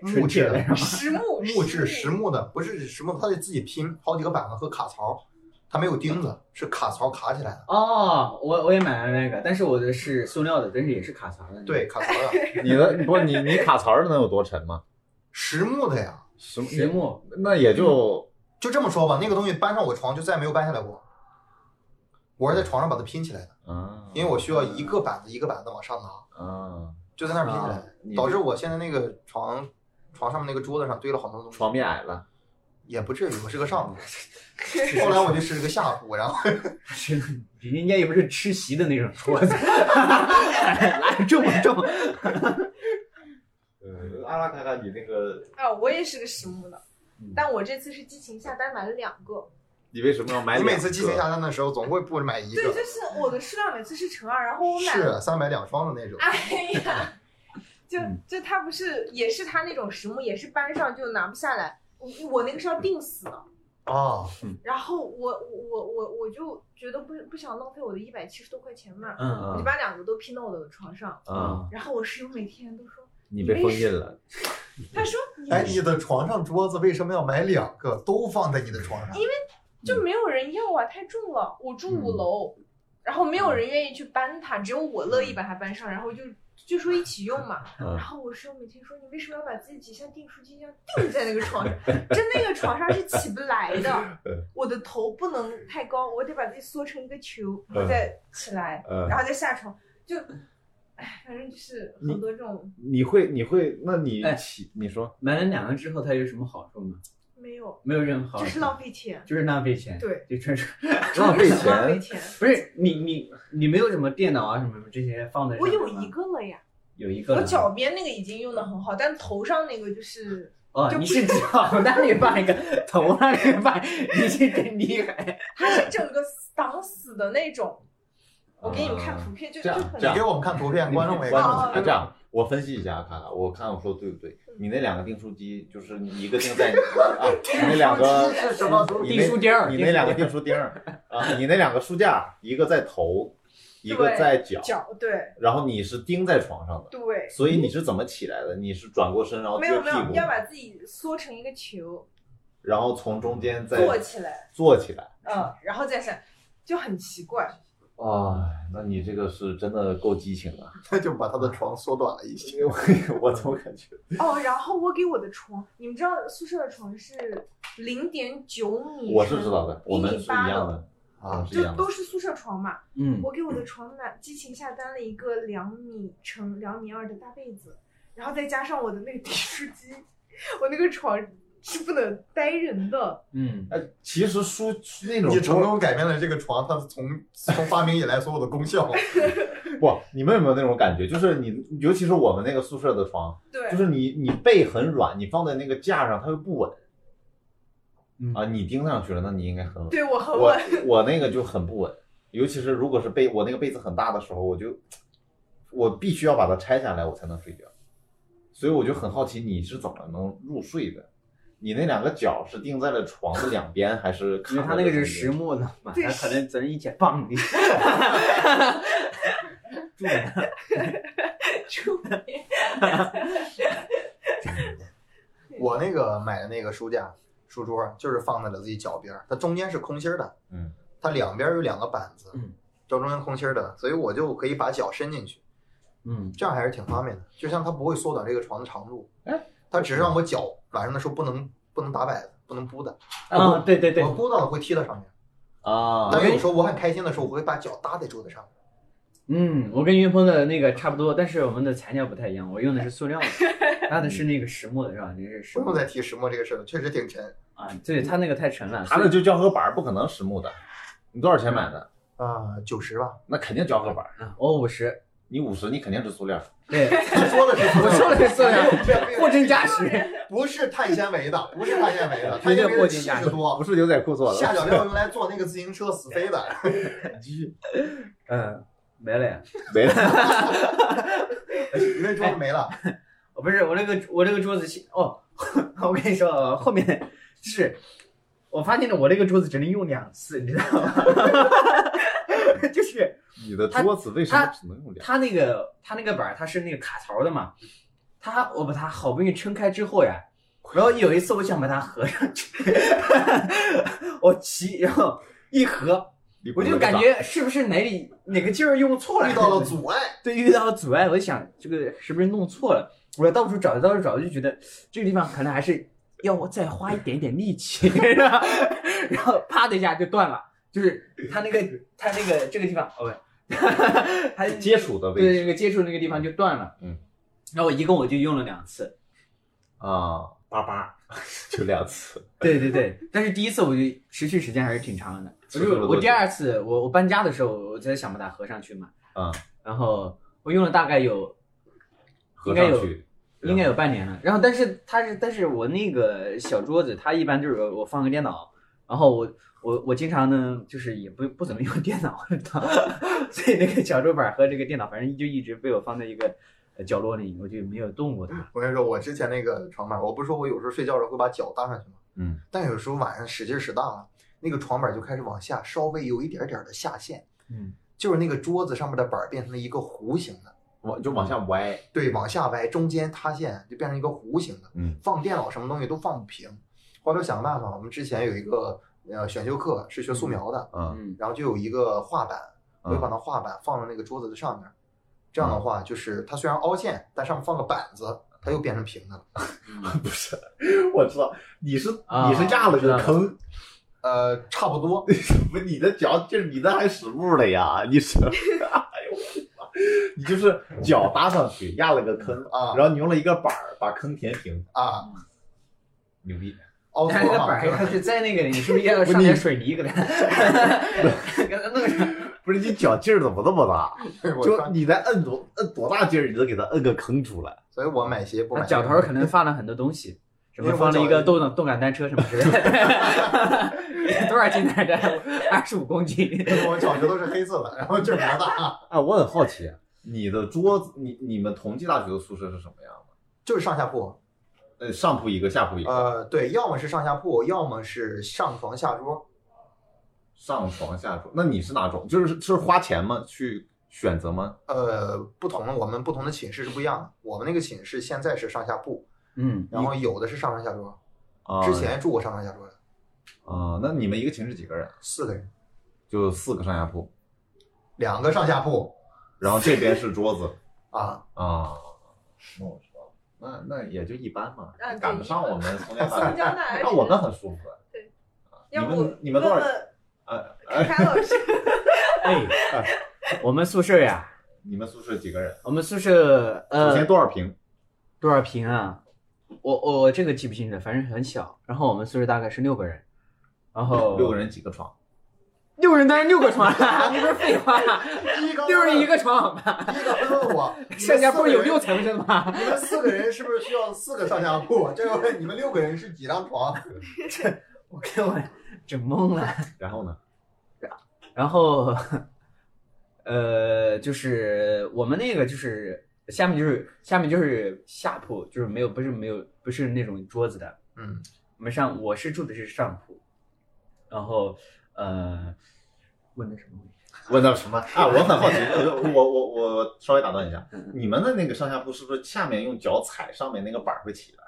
Speaker 4: 木
Speaker 2: 纯
Speaker 4: 质
Speaker 2: 铁
Speaker 4: 的
Speaker 2: 的，
Speaker 5: 实木
Speaker 4: 木质实
Speaker 5: 木
Speaker 4: 木的，不是实木，它得自己拼好几个板子和卡槽，它没有钉子，是卡槽卡起来的。
Speaker 2: 哦，我我也买了那个，但是我的是塑料的，但是也是卡槽的。
Speaker 4: 对，，卡槽
Speaker 3: <laughs>
Speaker 4: 的，
Speaker 3: 你的不是你你卡槽儿能有多沉吗？
Speaker 4: 实木的呀。
Speaker 3: 什
Speaker 2: 实木
Speaker 3: 那也就
Speaker 4: 就这么说吧，那个东西搬上我床就再也没有搬下来过。我是在床上把它拼起来的，
Speaker 3: 啊，
Speaker 4: 因为我需要一个板子一个板子往上拿，
Speaker 3: 啊，
Speaker 4: 就在那儿拼起来，
Speaker 3: 你
Speaker 4: 导致我现在那个床床上面那个桌子上堆了好多东西。
Speaker 3: 床面矮了，
Speaker 4: 也不至于，我是
Speaker 3: <laughs>
Speaker 4: 个上铺。后来我就是个下铺，然后
Speaker 2: <laughs> 是人家也不是吃席的那种桌子， <laughs> 来重不重？
Speaker 3: 呃，阿拉卡卡，你那个
Speaker 5: 啊，我也是个实木的
Speaker 2: 嗯，
Speaker 5: 但我这次是激情下单买了两个。
Speaker 3: 你为什么要买
Speaker 4: 你
Speaker 3: 两个？
Speaker 4: 每次寄钱下单的时候，总会不买一
Speaker 5: 对，
Speaker 4: 个
Speaker 5: 就，是我的数量每次是乘二，然后我买了，
Speaker 4: 是三啊百两双的那种。
Speaker 5: 哎呀，就
Speaker 2: 嗯
Speaker 5: 就它不是也是它那种实木，也是搬上就拿不下来。我我那个是要定死的，
Speaker 4: 啊，
Speaker 5: 然后我我我我就觉得不不想浪费我的一百七十多块钱嘛，
Speaker 2: 嗯
Speaker 5: 我就把两个都拼到我的床上，
Speaker 3: 啊，
Speaker 5: 然后我室友每天都
Speaker 3: <laughs>
Speaker 5: 说，
Speaker 3: 你被封印了，
Speaker 5: 他说
Speaker 4: 哎，
Speaker 5: 你
Speaker 4: 你的床上桌子为什么要买两个，都放在你的床上？
Speaker 5: 就没有人要啊，太重了，我住
Speaker 3: 嗯
Speaker 5: 五楼，然后没有人愿意去搬它，只有我乐意把它搬上，然后就就说一起用嘛。
Speaker 3: 嗯
Speaker 5: 然后我室友每天说你为什么要把自己像订书机一样钉在那个
Speaker 3: <laughs>
Speaker 5: 床上？就那个床上是起不来的
Speaker 3: 嗯，
Speaker 5: 我的头不能太高，我得把自己缩成一个球，
Speaker 3: 嗯
Speaker 5: 再起来，
Speaker 3: 呃
Speaker 5: 然，后再下床，就。哎，反正就是很多这种
Speaker 3: 你会你会，那你
Speaker 2: 哎
Speaker 3: 起你说
Speaker 2: 买了两个之后，它有什么好处吗？
Speaker 5: 没有，
Speaker 2: 没有任何好处，
Speaker 5: 就是浪费钱，
Speaker 2: 就是浪费钱，
Speaker 5: 对，
Speaker 2: 就纯是
Speaker 3: 浪费
Speaker 5: 就是浪费钱。
Speaker 3: 钱，
Speaker 2: 不是你你你没有什么电脑啊什么什么这些放在上
Speaker 5: 我
Speaker 2: 面吗？
Speaker 5: 有一个了呀，
Speaker 2: 有一个了
Speaker 5: 我脚边那个已经用的很好，但头上那个就是
Speaker 2: 哦，
Speaker 5: 就
Speaker 2: 你
Speaker 5: 不
Speaker 2: 是
Speaker 5: <laughs>
Speaker 2: 脚那里放一个，头那里放，你是真厉害。 <laughs>
Speaker 5: 它是整个挡死的那种。我给你们看
Speaker 3: 啊
Speaker 5: 图片，就就
Speaker 3: 这样
Speaker 5: 很
Speaker 3: 这
Speaker 4: 你
Speaker 3: 样
Speaker 4: 给我们看图片，观众也
Speaker 3: 观
Speaker 4: 看
Speaker 3: 众
Speaker 4: 不
Speaker 5: 哦
Speaker 4: 见。
Speaker 3: 啊，这样我分析一下，看看我看我说对不对？
Speaker 5: 嗯
Speaker 3: 你那两个订书机就是你一个定
Speaker 5: <laughs>
Speaker 3: 在你啊，你那两个
Speaker 4: 是什么东
Speaker 3: 你
Speaker 4: 西？
Speaker 2: 订书钉儿，
Speaker 3: 你那两个
Speaker 2: 订
Speaker 3: 订
Speaker 2: 书
Speaker 3: 书钉儿啊，你那两个书架儿，一个在头，一个
Speaker 5: 对
Speaker 3: 在脚，
Speaker 5: 脚，对
Speaker 3: 然后你是钉在床上的，
Speaker 5: 对，
Speaker 3: 所以你是怎么起来的？你是转过身，然后
Speaker 5: 没
Speaker 3: 撅
Speaker 5: 有没
Speaker 3: 屁
Speaker 5: 有，
Speaker 3: 股，
Speaker 5: 要把自己缩成一个球，
Speaker 3: 然后从中间再
Speaker 5: 坐起来，
Speaker 3: 坐起来。
Speaker 5: 嗯，然后再闪，就很奇怪。
Speaker 3: 哇，啊那你这个是真的够激情啊！
Speaker 4: 那就把他的床缩短了一
Speaker 3: <laughs>
Speaker 4: 些。
Speaker 3: 因为我怎么感觉
Speaker 5: 哦，然后我给我的床，你们知道宿舍的床是零点九米，
Speaker 3: 我是知道的，我
Speaker 5: 一
Speaker 3: 们
Speaker 5: 米
Speaker 3: 是一
Speaker 5: 八
Speaker 3: 样的，我
Speaker 4: 啊
Speaker 3: 们是一
Speaker 5: 就
Speaker 3: 样的
Speaker 5: 都。是宿舍床嘛。
Speaker 3: 嗯
Speaker 2: 钉
Speaker 5: 我给我的床买激情下单了一个两米乘两米二的大被子，然后再加上我的那个订书机， <laughs> 我那个床是不能待人的。
Speaker 2: 嗯嗯，
Speaker 3: 哎，其实书那种
Speaker 4: 你成
Speaker 3: 桌
Speaker 4: 功改变了这个床，它从从发明以来所有的功效。
Speaker 3: 不，你们有没有那种感觉？就是你，尤其是我们那个宿舍的床，
Speaker 5: 对，
Speaker 3: 就是你你背很软，你放在那个架上它又不稳
Speaker 2: 嗯
Speaker 3: 啊，你钉上去了，那你应该很稳。
Speaker 5: 对我很
Speaker 3: 我
Speaker 5: 稳，
Speaker 3: 我那个就很不稳，尤其是如果是被我那个被子很大的时候，我就我必须要把它拆下来，我才能睡觉。所以我就很好奇你是怎么能入睡的？你那两个脚是钉在了床的两边，还是
Speaker 2: <laughs>
Speaker 3: 卡
Speaker 2: 因
Speaker 3: 在
Speaker 2: 为他
Speaker 3: 了
Speaker 2: 那个是
Speaker 3: 中间
Speaker 2: 实木的嘛，
Speaker 5: 对
Speaker 2: 他可能只能一起
Speaker 5: <laughs>
Speaker 2: 棒你。住哪
Speaker 5: 住
Speaker 4: 我那个买的那个书架、书桌就是放在了自己脚边儿，它中间是空心儿的，
Speaker 3: 嗯，
Speaker 4: 它两边儿有两个板子，
Speaker 2: 嗯，
Speaker 4: 正中间空心儿的，所以我就可以把脚伸进去，
Speaker 2: 嗯，
Speaker 4: 这样还是挺方便的。就像它不会缩短这个床的长度
Speaker 3: 哎，
Speaker 4: 它只是让我脚晚上的时候不能不能打摆子，不能扑的，
Speaker 2: 啊，对对对
Speaker 4: 我，扑到了会踢到上面。
Speaker 2: 啊
Speaker 4: 但有时候我很开心的时候，我会把脚搭在桌子上。
Speaker 2: 嗯，我跟云峰的那个差不多，但是我们的材料不太一样，我用的是
Speaker 5: <laughs>
Speaker 2: 塑料的，他的是那个实木的，是吧？你是实
Speaker 4: 不
Speaker 2: 木
Speaker 4: 用
Speaker 2: 的
Speaker 4: 再提石墨这个事儿了，确实挺沉
Speaker 2: 啊？对他那个太沉了，
Speaker 3: 他
Speaker 2: 所
Speaker 3: 那
Speaker 2: 以
Speaker 3: 就胶合板儿，不可能实木的。你多少钱买的？
Speaker 4: 啊，九十吧。
Speaker 3: 那肯定胶合板儿。
Speaker 2: 啊我五十，
Speaker 3: 你五十，你肯定是塑料。
Speaker 2: <laughs> 对，
Speaker 4: 我说的是
Speaker 2: 我说的是塑料，货真价实。
Speaker 4: 不是碳纤维的，不是碳纤维的，
Speaker 2: 绝对
Speaker 4: 碳纤维的
Speaker 2: 货
Speaker 4: 七
Speaker 2: 真价
Speaker 4: 十
Speaker 2: 实
Speaker 4: 多，
Speaker 3: 是牛仔裤做
Speaker 4: 下脚料用来做那个自行车死飞的。
Speaker 2: <laughs> 嗯，没了呀。
Speaker 3: 没了。 <laughs>
Speaker 4: 因为桌子没了，
Speaker 2: 哦，不是我那个我那个桌子是哦， <laughs> 我跟你说啊，后面就是我发现了我那个桌子只能用两次，你知道吗？ <laughs> 就是
Speaker 3: 你的桌子为什么只能用两？
Speaker 2: 它那个它那个板儿它是那个卡槽的嘛，它我把它好不容易撑开之后呀，然后有一次我想把它合上去， <laughs> 我骑然后一合，
Speaker 3: 你
Speaker 2: 我就感觉是不是哪里哪个劲儿用错了，
Speaker 4: 遇到了阻碍，
Speaker 2: 对，遇到阻碍，我就想这个是不是弄错了？我要到处找，到处找，就觉得这个地方可能还是要我再花一点点力气， <laughs> 然后然后啪的一下就断了，就是它那个它那个这个地方，哦不， <laughs> 它
Speaker 3: 接触的位
Speaker 2: 对
Speaker 3: 置
Speaker 2: 这个接触那个地方就断了，
Speaker 3: 嗯，
Speaker 2: 然后我一共我就用了两次，
Speaker 3: 啊，叭叭， <laughs> 就两次。
Speaker 2: 对对对，但是第一次我就持续时间还是挺长的，我
Speaker 3: 持续了
Speaker 2: 就
Speaker 3: 多
Speaker 2: 我
Speaker 3: 久
Speaker 2: 第二次我我搬家的时候我才想把它合上去嘛，
Speaker 3: 啊，
Speaker 2: 然后我用了大概有
Speaker 3: 合上去，
Speaker 2: 应该有半年了。然后，但是它是，但是我那个小桌子，它一般就是我放个电脑，然后我我我经常呢，就是也不不怎么用电脑，所以那个小桌板和这个电脑，反正就一直被我放在一个呃角落里，我就没有动过它。
Speaker 4: 我跟你说，我之前那个床板，我不是说我有时候睡觉的时候会把脚搭上去吗？
Speaker 3: 嗯，
Speaker 4: 但有时候晚上使劲使大了，那个床板就开始往下，稍微有一点点的下陷，
Speaker 2: 嗯，
Speaker 4: 就是那个桌子上面的板儿变成了一个弧形的，
Speaker 3: 往就往下歪。
Speaker 4: 对，往下歪，中间塌陷，就变成一个弧形的。
Speaker 3: 嗯，
Speaker 4: 放电脑什么东西都放不平。后来我想办法，我们之前有一个呃选修课是学素描的，
Speaker 3: 嗯，
Speaker 2: 嗯，
Speaker 4: 然后就有一个画板，我就把
Speaker 3: 嗯
Speaker 4: 那画板放到那个桌子的上面儿，这样的话就是它虽然凹陷，但上面放个板子，它又变成平的了。
Speaker 3: <laughs> 不是，我知道你是
Speaker 2: 啊
Speaker 3: 你是压了个坑，
Speaker 4: 呃，差
Speaker 2: <laughs>
Speaker 4: 不多，
Speaker 3: 不，你的脚就是你的还实木了呀，你 <laughs> 是，哎呦我的妈，你就是脚搭上去压了个坑
Speaker 4: 啊
Speaker 3: 然后你用了一个板儿把坑填平，
Speaker 4: 啊，
Speaker 3: 牛逼。
Speaker 4: 凹
Speaker 2: 它那
Speaker 4: 错
Speaker 2: 个
Speaker 4: 了
Speaker 2: 板
Speaker 4: 嘛。
Speaker 2: 要是在那个里，你是不是要上点水泥给它给它弄上？
Speaker 3: 不是你脚劲儿怎么那么大？
Speaker 4: 对我
Speaker 3: 就
Speaker 4: 穿，
Speaker 3: 你再摁多摁多大劲儿，你都给它摁个坑出来。
Speaker 4: 所以我买鞋不
Speaker 2: 它
Speaker 4: 买
Speaker 2: 脚头可能放了很多东西。什么
Speaker 4: 因为我
Speaker 2: 放了一个
Speaker 4: 脚
Speaker 2: 动动感单车什么之类的，多少斤来着？二十五公斤。
Speaker 4: 那 <laughs> 个我脚趾头是黑色的，然后这儿比较大，
Speaker 3: 哎，我很好奇，你的桌子，你你们同济大学的宿舍是什么样的？
Speaker 4: <laughs> 就是上下铺。
Speaker 3: 呃，上铺一个，下铺一个，
Speaker 4: 呃，对，要么是上下铺，要么是上床下桌。
Speaker 3: 上床下桌。那你是哪种？就是是花钱吗？去选择吗？
Speaker 4: 呃，不同的我们不同的寝室是不一样的。我们那个寝室现在是上下铺，
Speaker 2: 嗯，
Speaker 4: 然后有的是上床下桌。
Speaker 3: 啊，
Speaker 4: 之前住过上床下桌的，
Speaker 3: 啊，那你们一个寝室几个人？
Speaker 4: 四个人，
Speaker 3: 就四个上下铺，
Speaker 4: 两个上下铺
Speaker 3: 然后这边 <laughs> 是桌子
Speaker 2: <laughs>
Speaker 4: 啊，
Speaker 3: 啊。那我知道了，那那也就一般嘛
Speaker 5: 啊，对
Speaker 3: 赶不上我们从小
Speaker 5: 从 <laughs>
Speaker 3: 大学。
Speaker 5: 江大
Speaker 3: <laughs> 那我们很舒服。
Speaker 5: 对
Speaker 3: 啊，你
Speaker 5: 要不
Speaker 3: 们你们多少
Speaker 5: 问？问
Speaker 3: 呃，
Speaker 5: 凯凯老师，
Speaker 2: 哎，我们宿舍呀，
Speaker 3: 你们宿舍几个人？
Speaker 2: 我们宿舍
Speaker 3: 首先
Speaker 2: 呃
Speaker 3: 多少平？
Speaker 2: 多少平啊？我我我这个记不清了，反正很小。然后我们宿舍大概是六个人，然后
Speaker 3: 六个人几个床？
Speaker 2: 六个人当然六个床了， <laughs> 你不是废话，啊
Speaker 4: 第一个
Speaker 2: 六人一个
Speaker 4: 个，
Speaker 2: 床好吗？
Speaker 4: 第一个问我，
Speaker 2: <laughs> 上下铺有六
Speaker 4: 层。
Speaker 2: 层是
Speaker 4: <laughs>
Speaker 2: 吗？
Speaker 4: 你们四个人是不是需要四个上下铺？这个问你们六个人是几张床？
Speaker 2: 我给我整懵了。
Speaker 3: 然后呢？
Speaker 2: 然后，呃，就是我们那个就是下面就是下面就是下铺，就是没有不是没有不是那种桌子的，
Speaker 4: 嗯，
Speaker 2: 我们上我是住的是上铺，然后呃，问的什么问题？
Speaker 3: 问到什么啊？我很 <laughs> 好奇，我我我我稍微打断一下，你们的那个上下铺是不是下面用脚踩，上面那个板儿会起来？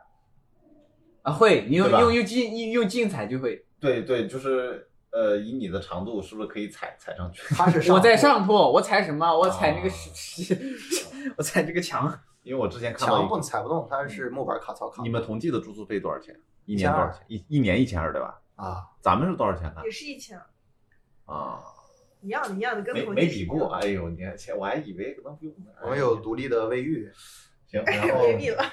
Speaker 2: 啊，会，你用
Speaker 3: 对吧
Speaker 2: 用用竞用用竞彩就会。
Speaker 3: 对对，就是呃，以你的长度，是不是可以踩踩上去？
Speaker 4: 他是
Speaker 2: 我在
Speaker 4: 上
Speaker 2: 上铺，我踩什么？我踩那个
Speaker 3: 啊
Speaker 2: 石， <laughs> 我踩这个墙。
Speaker 3: 因为我之前看到
Speaker 4: 墙
Speaker 3: 一
Speaker 4: 不
Speaker 3: 个，
Speaker 4: 踩不动，他是木板卡槽卡
Speaker 3: 你们同济的住宿费多少钱？一年多少钱？一一年一千二对吧？
Speaker 4: 啊，
Speaker 3: 咱们是多少钱呢？
Speaker 5: 也是一千二，
Speaker 3: 啊，
Speaker 5: 一样的，一样的，跟
Speaker 3: 没
Speaker 5: 同
Speaker 3: 没
Speaker 5: 济
Speaker 3: 比过，哎呦，你还我还以为可能比我们
Speaker 4: 我们有独立的卫浴，
Speaker 3: 行，然后
Speaker 5: <laughs> 没比了。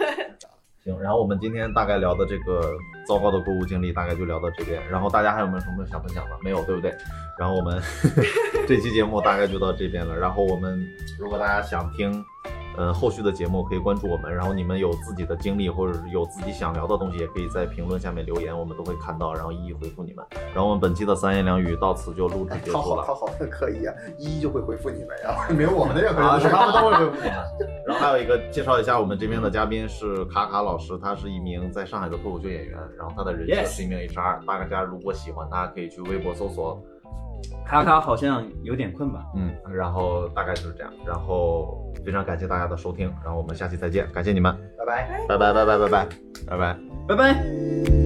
Speaker 3: 行，然后我们今天大概聊的这个糟糕的购物经历，大概就聊到这边。然后大家还有没有什么想分享的？没有，对不对？然后我们 <laughs> 这期节目大概就到这边了。然后我们如果大家想听，呃，后续的节目可以关注我们。然后你们有自己的经历或者是有自己想聊的东西，也可以在评论下面留言，我们都会看到，然后一一回复你们。然后我们本期的三言两语到此就录制
Speaker 4: 哎
Speaker 3: 结
Speaker 4: 他
Speaker 3: 束
Speaker 4: 好
Speaker 3: 了。
Speaker 4: 他好可以啊，一一就会回复你们呀，没有我们的任
Speaker 3: <laughs>
Speaker 4: 何
Speaker 3: 啊，
Speaker 4: 人
Speaker 3: 是
Speaker 4: 的事
Speaker 3: 他
Speaker 4: 儿
Speaker 3: 们都会回复你们。然后还有一个介绍一下，我们这边的嘉宾是卡卡老师，他是一名在上海的脱口秀演员，然后他的人设
Speaker 2: Yes
Speaker 3: 是一名 HR。大家如果喜欢，大家可以去微博搜索，
Speaker 2: 卡卡好像有点困吧？
Speaker 3: 嗯，然后大概就是这样。然后非常感谢大家的收听，然后我们下期再见，感谢你们，
Speaker 4: 拜拜。
Speaker 3: 拜拜拜拜拜拜拜拜。
Speaker 2: 拜拜。
Speaker 4: 拜拜。